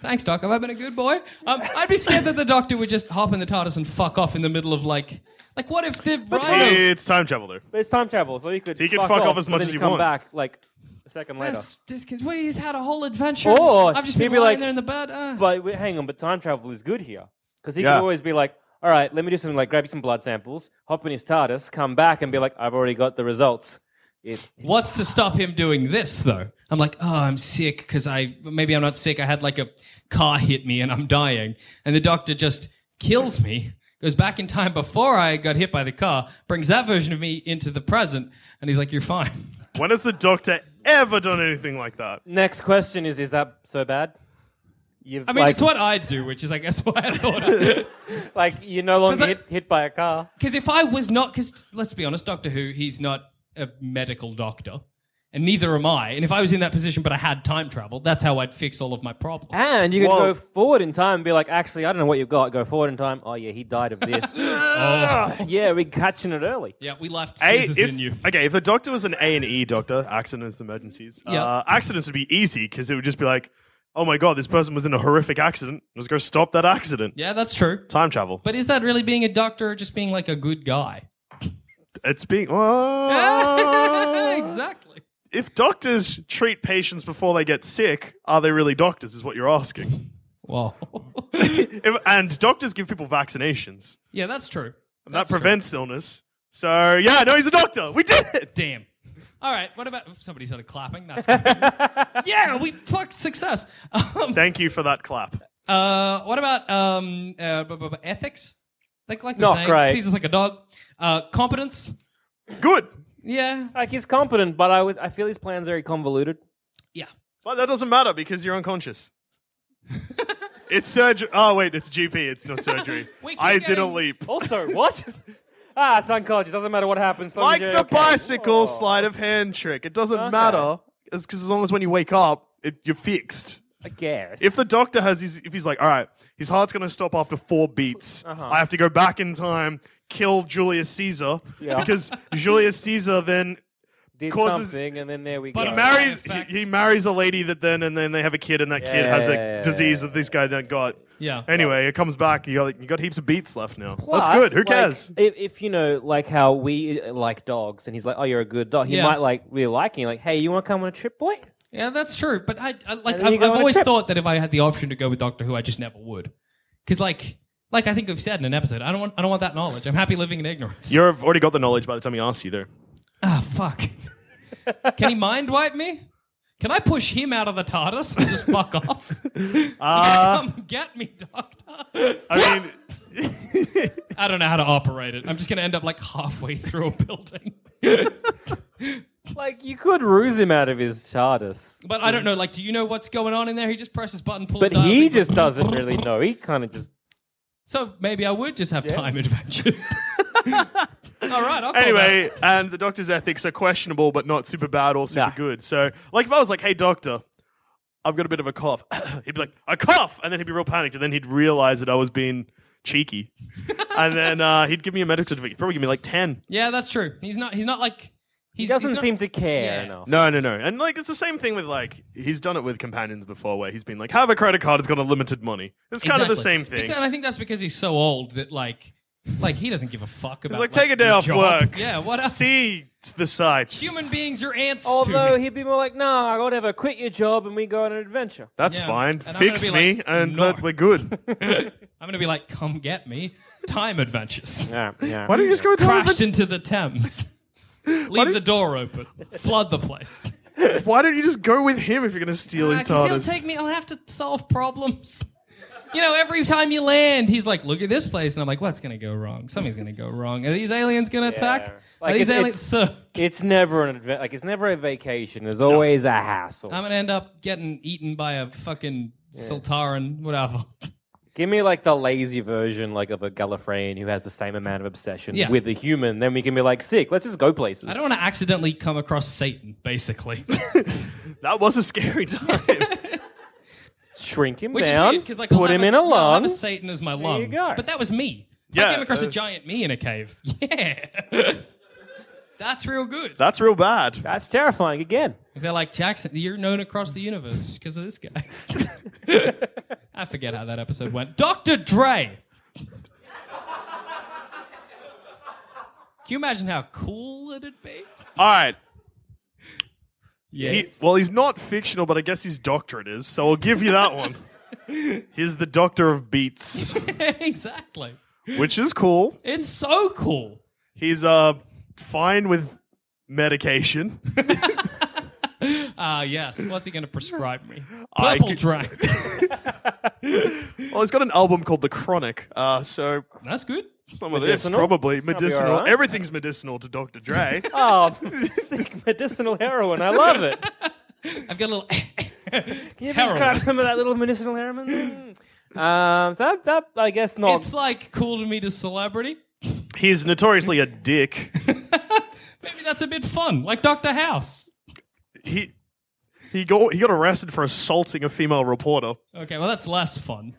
Speaker 5: Thanks, Doc. Have I been a good boy? Um, I'd be scared that the doctor would just hop in the TARDIS and fuck off in the middle of like Like, what if the writer?
Speaker 4: It's time travel, though.
Speaker 1: But it's time travel, so he could
Speaker 4: He could fuck off as
Speaker 1: but
Speaker 4: much
Speaker 1: then you
Speaker 4: as you
Speaker 1: come
Speaker 4: want.
Speaker 1: back like a second later.
Speaker 5: That's discon- Wait, he's had a whole adventure.
Speaker 1: Or
Speaker 5: I've just
Speaker 1: he'd
Speaker 5: been
Speaker 1: be
Speaker 5: lying
Speaker 1: like-
Speaker 5: there in the bed. Uh,
Speaker 1: But wait, hang on, but time travel is good here because he
Speaker 4: Yeah.
Speaker 1: could always be like, "All right, let me do something like grab you some blood samples, hop in his TARDIS, come back, and be like, I've already got the results." It,
Speaker 5: What's to stop him doing this though? I'm like, oh, I'm sick because I maybe I'm not sick. I had like a car hit me and I'm dying, and the doctor just kills me. Goes back in time before I got hit by the car, brings that version of me into the present, and he's like, "You're fine."
Speaker 4: When has the Doctor ever done anything like that?
Speaker 1: next question is: Is that so bad? You've,
Speaker 5: I mean,
Speaker 1: like,
Speaker 5: it's what I do, which is, I guess, why I thought.
Speaker 1: like you're no longer
Speaker 5: that-
Speaker 1: hit, hit by a car.
Speaker 5: Because if I was not, because let's be honest, Doctor Who, he's not a medical doctor, and neither am I. And if I was in that position, but I had time travel, that's how I'd fix all of my problems.
Speaker 1: And you can
Speaker 4: Whoa.
Speaker 1: go forward in time and be like, actually, I don't know what you've got. Go forward in time. Oh, yeah, he died of this. Yeah, we're catching it early.
Speaker 5: Yeah, we left
Speaker 4: A-
Speaker 5: scissors
Speaker 4: if-
Speaker 5: in you.
Speaker 4: Okay, if the doctor was an A and E doctor, accidents, emergencies,
Speaker 5: Yeah.
Speaker 4: uh, accidents would be easy because it would just be like, oh my god, this person was in a horrific accident. Let's go stop that accident.
Speaker 5: Yeah, that's true.
Speaker 4: Time travel.
Speaker 5: But is that really being a doctor or just being like a good guy?
Speaker 4: It's being. Oh.
Speaker 5: exactly.
Speaker 4: if doctors treat patients before they get sick, are they really doctors? Is what you're asking.
Speaker 5: Whoa.
Speaker 4: If, and doctors give people vaccinations,
Speaker 5: yeah, that's true.
Speaker 4: and that prevents illness. So yeah, no, he's a doctor. We did it.
Speaker 5: Damn. All right, what about somebody started clapping? That's good. yeah, we fucked success. Um,
Speaker 4: Thank you for that clap.
Speaker 5: uh, what about um, uh, bu- bu- bu- ethics? Like, like
Speaker 1: Not
Speaker 5: we're saying,
Speaker 1: great.
Speaker 5: Caesar's like a dog. Uh, competence?
Speaker 4: Good.
Speaker 5: Yeah.
Speaker 1: Like, he's competent, but I, would, I feel his plan's very convoluted.
Speaker 5: Yeah.
Speaker 4: But that doesn't matter because you're unconscious. it's surgery. Oh wait, it's GP. It's not surgery.
Speaker 5: We keep
Speaker 4: I did a
Speaker 5: getting- Oh,
Speaker 4: leap.
Speaker 1: Also, what? ah, it's unconscious. Doesn't matter what happens. long
Speaker 4: Like
Speaker 1: as you're
Speaker 4: the
Speaker 1: okay.
Speaker 4: bicycle
Speaker 1: Oh.
Speaker 4: sleight of hand trick. It doesn't matter. It's because as long as when you wake up, it, you're fixed.
Speaker 1: I guess.
Speaker 4: If the doctor has his, if he's like, all right, his heart's going to stop after four beats.
Speaker 1: Uh-huh.
Speaker 4: I have to go back in time, kill Julius Caesar
Speaker 1: Yeah.
Speaker 4: because Julius Caesar then
Speaker 1: did
Speaker 4: causes-
Speaker 1: something, and then there we
Speaker 5: But
Speaker 1: go.
Speaker 5: a man-
Speaker 4: marries
Speaker 5: Facts.
Speaker 4: he, he marries a lady that then and then they have a kid and that kid has a
Speaker 1: Yeah.
Speaker 4: disease that this guy don't got.
Speaker 5: Yeah.
Speaker 4: Anyway, it comes back. You got you got heaps of beats left now.
Speaker 1: Plus,
Speaker 4: That's good. Who
Speaker 1: like,
Speaker 4: cares?
Speaker 1: If, if you know, like how we uh, like dogs, and he's like, "Oh, you're a good dog," he
Speaker 5: Yeah.
Speaker 1: might like really like you. Like, hey, you want to come on a trip, boy?
Speaker 5: Yeah, that's true. But I, I like
Speaker 1: And then you
Speaker 5: I've,
Speaker 1: go
Speaker 5: I've
Speaker 1: on a
Speaker 5: always
Speaker 1: trip.
Speaker 5: thought that if I had the option to go with Doctor Who, I just never would. Because like like I think we've said in an episode, I don't want I don't want that knowledge. I'm happy living in ignorance.
Speaker 4: You've already got the knowledge by the time he asks you, though.
Speaker 5: ah fuck. Can he mind wipe me? Can I push him out of the TARDIS and just fuck off?
Speaker 1: Uh,
Speaker 5: Come get me, Doctor.
Speaker 4: I mean,
Speaker 5: I don't know how to operate it. I'm just gonna end up like halfway through a building.
Speaker 1: Like, you could ruse him out of his TARDIS,
Speaker 5: But I don't know. Like, do you know what's going on in there? He just presses button, pulls.
Speaker 1: but
Speaker 5: dials,
Speaker 1: he
Speaker 5: like-
Speaker 1: just doesn't really know. He kind of just
Speaker 5: So maybe I would just have time adventures. All right. I'll call that.
Speaker 4: anyway, and the doctor's ethics are questionable, but not super bad or super
Speaker 1: Nah.
Speaker 4: good. So, like, if I was like, "Hey, doctor, I've got a bit of a cough," he'd be like, "A cough," and then he'd be real panicked, and then he'd realize that I was being cheeky, and then uh, he'd give me a medical certificate. He'd Probably give me like ten.
Speaker 5: Yeah, that's true. He's not. He's not like.
Speaker 1: he
Speaker 5: He's,
Speaker 1: doesn't
Speaker 5: he's not-
Speaker 1: seem to care
Speaker 5: Yeah.
Speaker 1: enough.
Speaker 4: No, no, no. And like it's the same thing with like he's done it with companions before where he's been like, have a credit card, it's got a limited money. It's kind of the
Speaker 5: Exactly.
Speaker 4: same thing.
Speaker 5: Because- And I think that's because he's so old that like, like he doesn't give a fuck about.
Speaker 4: It's like, take a day
Speaker 5: your
Speaker 4: off
Speaker 5: job.
Speaker 4: work.
Speaker 5: Yeah. What else?
Speaker 4: See the sights.
Speaker 5: Human beings are ants.
Speaker 1: Although
Speaker 5: to me.
Speaker 1: he'd be more like, "Nah, whatever. Quit your job, and we go on an adventure."
Speaker 4: That's
Speaker 5: Yeah.
Speaker 4: fine.
Speaker 5: And I'm
Speaker 4: Fix
Speaker 5: gonna be
Speaker 4: me
Speaker 5: like,
Speaker 4: and
Speaker 5: "No."
Speaker 4: that- we're good.
Speaker 5: I'm gonna be like, come get me. Time adventures.
Speaker 1: Yeah, yeah.
Speaker 4: Why don't you just go
Speaker 5: Crashed
Speaker 4: to
Speaker 5: into the Thames. Leave the door open. Flood the place.
Speaker 4: Why don't you just go with him if you're gonna steal his
Speaker 5: Because he'll
Speaker 4: TARDIS?
Speaker 5: take me. I'll have to solve problems. You know, every time you land, he's like, "Look at this place," and I'm like, "What's gonna go wrong? Something's gonna go wrong. Are these aliens gonna attack?
Speaker 1: Like,
Speaker 5: Are these
Speaker 1: it's-
Speaker 5: aliens?" Sir,
Speaker 1: It's never an adventure. Like, it's never a vacation. There's always a hassle.
Speaker 5: I'm gonna end up getting eaten by a fucking Sultaran, whatever.
Speaker 1: Give me like the lazy version, like of a Gallifreyan who has the same amount of obsession
Speaker 5: Yeah.
Speaker 1: with a human. Then we can be like, sick. Let's just go places.
Speaker 5: I don't want to accidentally come across Satan, basically.
Speaker 4: That was a scary time.
Speaker 1: shrink him
Speaker 5: Which
Speaker 1: down.
Speaker 5: is weird because like I'll
Speaker 1: put
Speaker 5: have
Speaker 1: him in a
Speaker 5: yeah, I'll have
Speaker 1: lung.
Speaker 5: a Satan as my lung.
Speaker 1: you go.
Speaker 5: But that was me. I
Speaker 4: Yeah,
Speaker 5: came across a
Speaker 4: uh,
Speaker 5: giant me in a cave. Yeah, that's real good.
Speaker 4: That's real bad.
Speaker 1: That's terrifying again.
Speaker 5: They're like Jackson. You're known across the universe because of this guy. I forget how that episode went. Dr. Dre. you imagine how cool it'd be?
Speaker 4: All right.
Speaker 5: Yes.
Speaker 4: He- well, he's not fictional, but I guess his doctorate is, so I'll give you that one. He's the Doctor of Beats,
Speaker 5: exactly.
Speaker 4: which is cool.
Speaker 5: It's so cool.
Speaker 4: He's uh fine with medication.
Speaker 5: Ah, yes. What's he going to prescribe me?
Speaker 4: I
Speaker 5: Purple
Speaker 4: could-
Speaker 5: drink.
Speaker 4: Well, he's got an album called The Chronic, uh, so
Speaker 5: That's good.
Speaker 4: some of this
Speaker 1: Medicinal?
Speaker 4: probably
Speaker 1: That'll be
Speaker 4: medicinal.
Speaker 1: alright.
Speaker 4: Everything's medicinal to Dr. Dre.
Speaker 1: Oh, medicinal heroin. I love it.
Speaker 5: I've got a little.
Speaker 1: Can you
Speaker 5: Heroin.
Speaker 1: prescribe some of that little medicinal heroin? um, so that, that, I guess not.
Speaker 5: it's like cool to meet a celebrity.
Speaker 4: he's notoriously a dick.
Speaker 5: Maybe that's a bit fun, like Doctor House.
Speaker 4: He he got he got arrested for assaulting a female reporter.
Speaker 5: Okay, well that's less fun.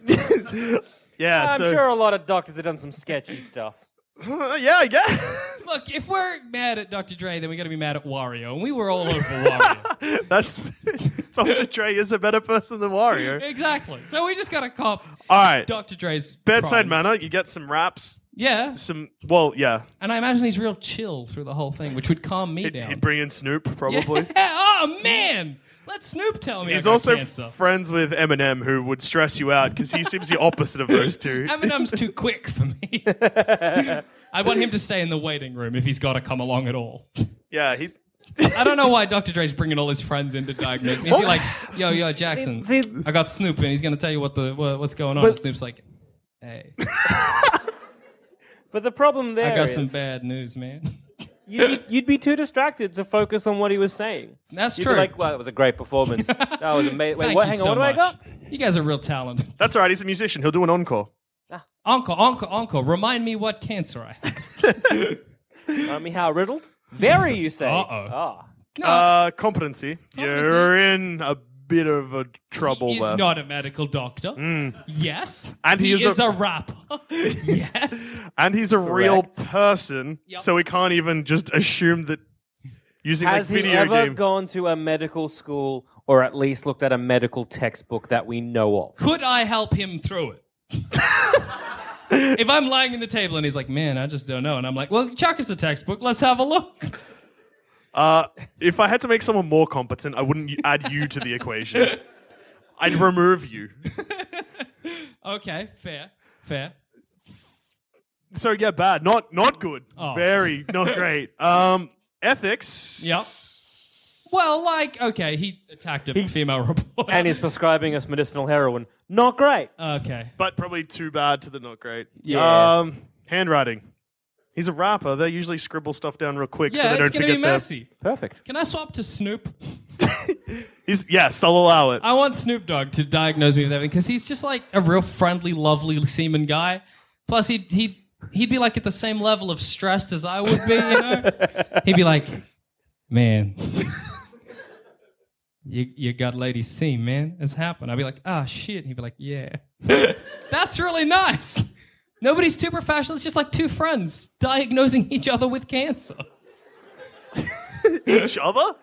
Speaker 4: Yeah,
Speaker 1: I'm
Speaker 4: so
Speaker 1: sure a lot of doctors have done some sketchy stuff.
Speaker 4: yeah, I guess
Speaker 5: Look, if we're mad at Dr. Dre, then we got to be mad at Wario, and we were all over Wario.
Speaker 4: that's Dr. Dre is a better person than Wario.
Speaker 5: exactly. So we just got to cop
Speaker 4: All right,
Speaker 5: Dr. Dre's
Speaker 4: bedside
Speaker 5: crimes.
Speaker 4: manner. You get some raps,
Speaker 5: Yeah,
Speaker 4: some well, yeah.
Speaker 5: and I imagine he's real chill through the whole thing, which would calm me
Speaker 4: He'd,
Speaker 5: down.
Speaker 4: he'd bring in Snoop probably.
Speaker 5: Yeah, oh man, let Snoop tell me.
Speaker 4: He's
Speaker 5: I got
Speaker 4: also
Speaker 5: cancer.
Speaker 4: friends with Eminem, who would stress you out because he seems the opposite of those two.
Speaker 5: Eminem's too quick for me. I want him to stay in the waiting room if he's got to come along at all.
Speaker 4: Yeah, he.
Speaker 5: I don't know why Dr. Dre's bringing all his friends in to diagnose me. Is he like, yo, yo, Jackson,
Speaker 1: See-
Speaker 5: I got Snoop and he's going to tell you what the what, what's going on. and Snoop's like, hey,
Speaker 1: But the problem there
Speaker 5: I got
Speaker 1: is
Speaker 5: some bad news, man.
Speaker 1: you'd, be, you'd be too distracted to focus on what he was saying.
Speaker 5: That's
Speaker 1: You'd
Speaker 5: true.
Speaker 1: Be like, well, that was a great performance. that was amazing. Wait,
Speaker 5: Thank
Speaker 1: what?
Speaker 5: you
Speaker 1: Hang
Speaker 5: so
Speaker 1: on, what do I
Speaker 5: much.
Speaker 1: got?
Speaker 5: You guys are real talented.
Speaker 4: That's all right. He's a musician. He'll do an encore.
Speaker 5: Uncle, uncle, uncle, remind me what cancer I have.
Speaker 1: Remind me how riddled? Very, you say.
Speaker 5: Uh-oh.
Speaker 1: Ah.
Speaker 5: No,
Speaker 4: Uh, competency. You're
Speaker 5: Competency.
Speaker 4: in a bit of a trouble
Speaker 5: he's
Speaker 4: there.
Speaker 5: not a medical doctor. Yes.
Speaker 4: And he is a-
Speaker 5: is a, rapper. yes.
Speaker 4: and he's a real person,
Speaker 5: Yep.
Speaker 4: so we can't even just assume that using
Speaker 1: Has
Speaker 4: like
Speaker 1: he
Speaker 4: video
Speaker 1: ever
Speaker 4: game.
Speaker 1: gone to a medical school or at least looked at a medical textbook that we know of?
Speaker 5: Could I help him through it? if I'm lying in the table and he's like, man, I just don't know. And I'm like, well, chuck us a textbook. Let's have a look.
Speaker 4: uh, if I had to make someone more competent, I wouldn't add you to the equation. I'd remove you.
Speaker 5: Okay, fair, fair.
Speaker 4: So yeah, bad. Not not good.
Speaker 5: Oh.
Speaker 4: Very not great. Um, ethics.
Speaker 5: Yep. Well, like, okay, he attacked a female reporter.
Speaker 1: And he's prescribing us medicinal heroin. Not great.
Speaker 5: okay.
Speaker 4: but probably too bad to the not great.
Speaker 1: Yeah.
Speaker 4: Um, handwriting. He's a rapper. They usually scribble stuff down real quick so
Speaker 5: Yeah,
Speaker 4: they
Speaker 5: it's
Speaker 4: don't
Speaker 5: gonna be
Speaker 4: forget that.
Speaker 5: messy.
Speaker 1: Perfect.
Speaker 5: Can I swap to Snoop?
Speaker 4: He's yes, I'll allow it.
Speaker 5: I want Snoop Dogg to diagnose me with everything because he's just like a real friendly, lovely seaman guy. Plus, he'd he'd he'd be like at the same level of stressed as I would be. You know, he'd be like, "Man, you you got Lady C, man. It's happened." I'd be like, "Ah, shit." He'd be like, "Yeah, that's really nice." Nobody's too professional. It's just like two friends diagnosing each other with cancer.
Speaker 4: Each other?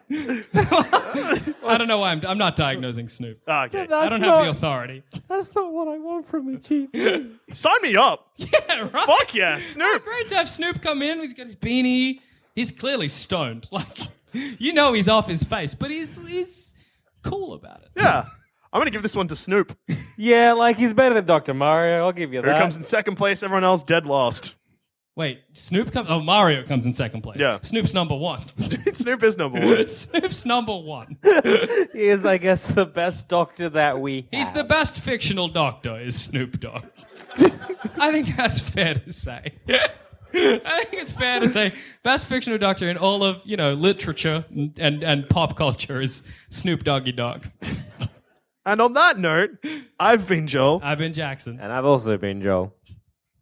Speaker 5: I don't know why I'm, I'm not diagnosing Snoop.
Speaker 4: Ah, Okay.
Speaker 5: I
Speaker 1: That's
Speaker 5: don't
Speaker 1: not,
Speaker 5: have the authority.
Speaker 1: That's not what I want from a GP.
Speaker 4: Sign me up.
Speaker 5: Yeah, right.
Speaker 4: Fuck yeah, Snoop.
Speaker 5: Great to have Snoop come in. He's got his beanie. He's clearly stoned. Like, you know, he's off his face, but he's he's cool about it.
Speaker 4: Yeah. I'm gonna give this one to Snoop. Who
Speaker 1: yeah, like he's better than Dr. Mario. I'll give you that.
Speaker 4: comes in second place? Everyone else dead last.
Speaker 5: Wait, Snoop comes. Oh, Mario comes in second place.
Speaker 4: Yeah.
Speaker 5: Snoop's number one.
Speaker 4: Snoop is number one.
Speaker 5: Snoop's number one.
Speaker 1: He is, I guess, the best doctor that we have.
Speaker 5: He's the best fictional doctor. Is Snoop Dogg? I think that's fair to say. I think it's fair to say best fictional doctor in all of you know literature and and, and pop culture is Snoop Doggy Dog.
Speaker 4: And on that note, I've been Joel.
Speaker 5: I've been Jackson.
Speaker 1: And I've also been Joel.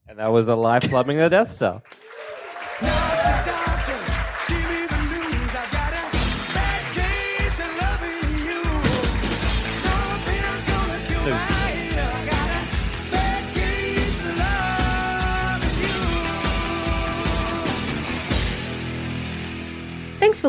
Speaker 1: And that was a live plumbing the Death Star.
Speaker 6: Thanks for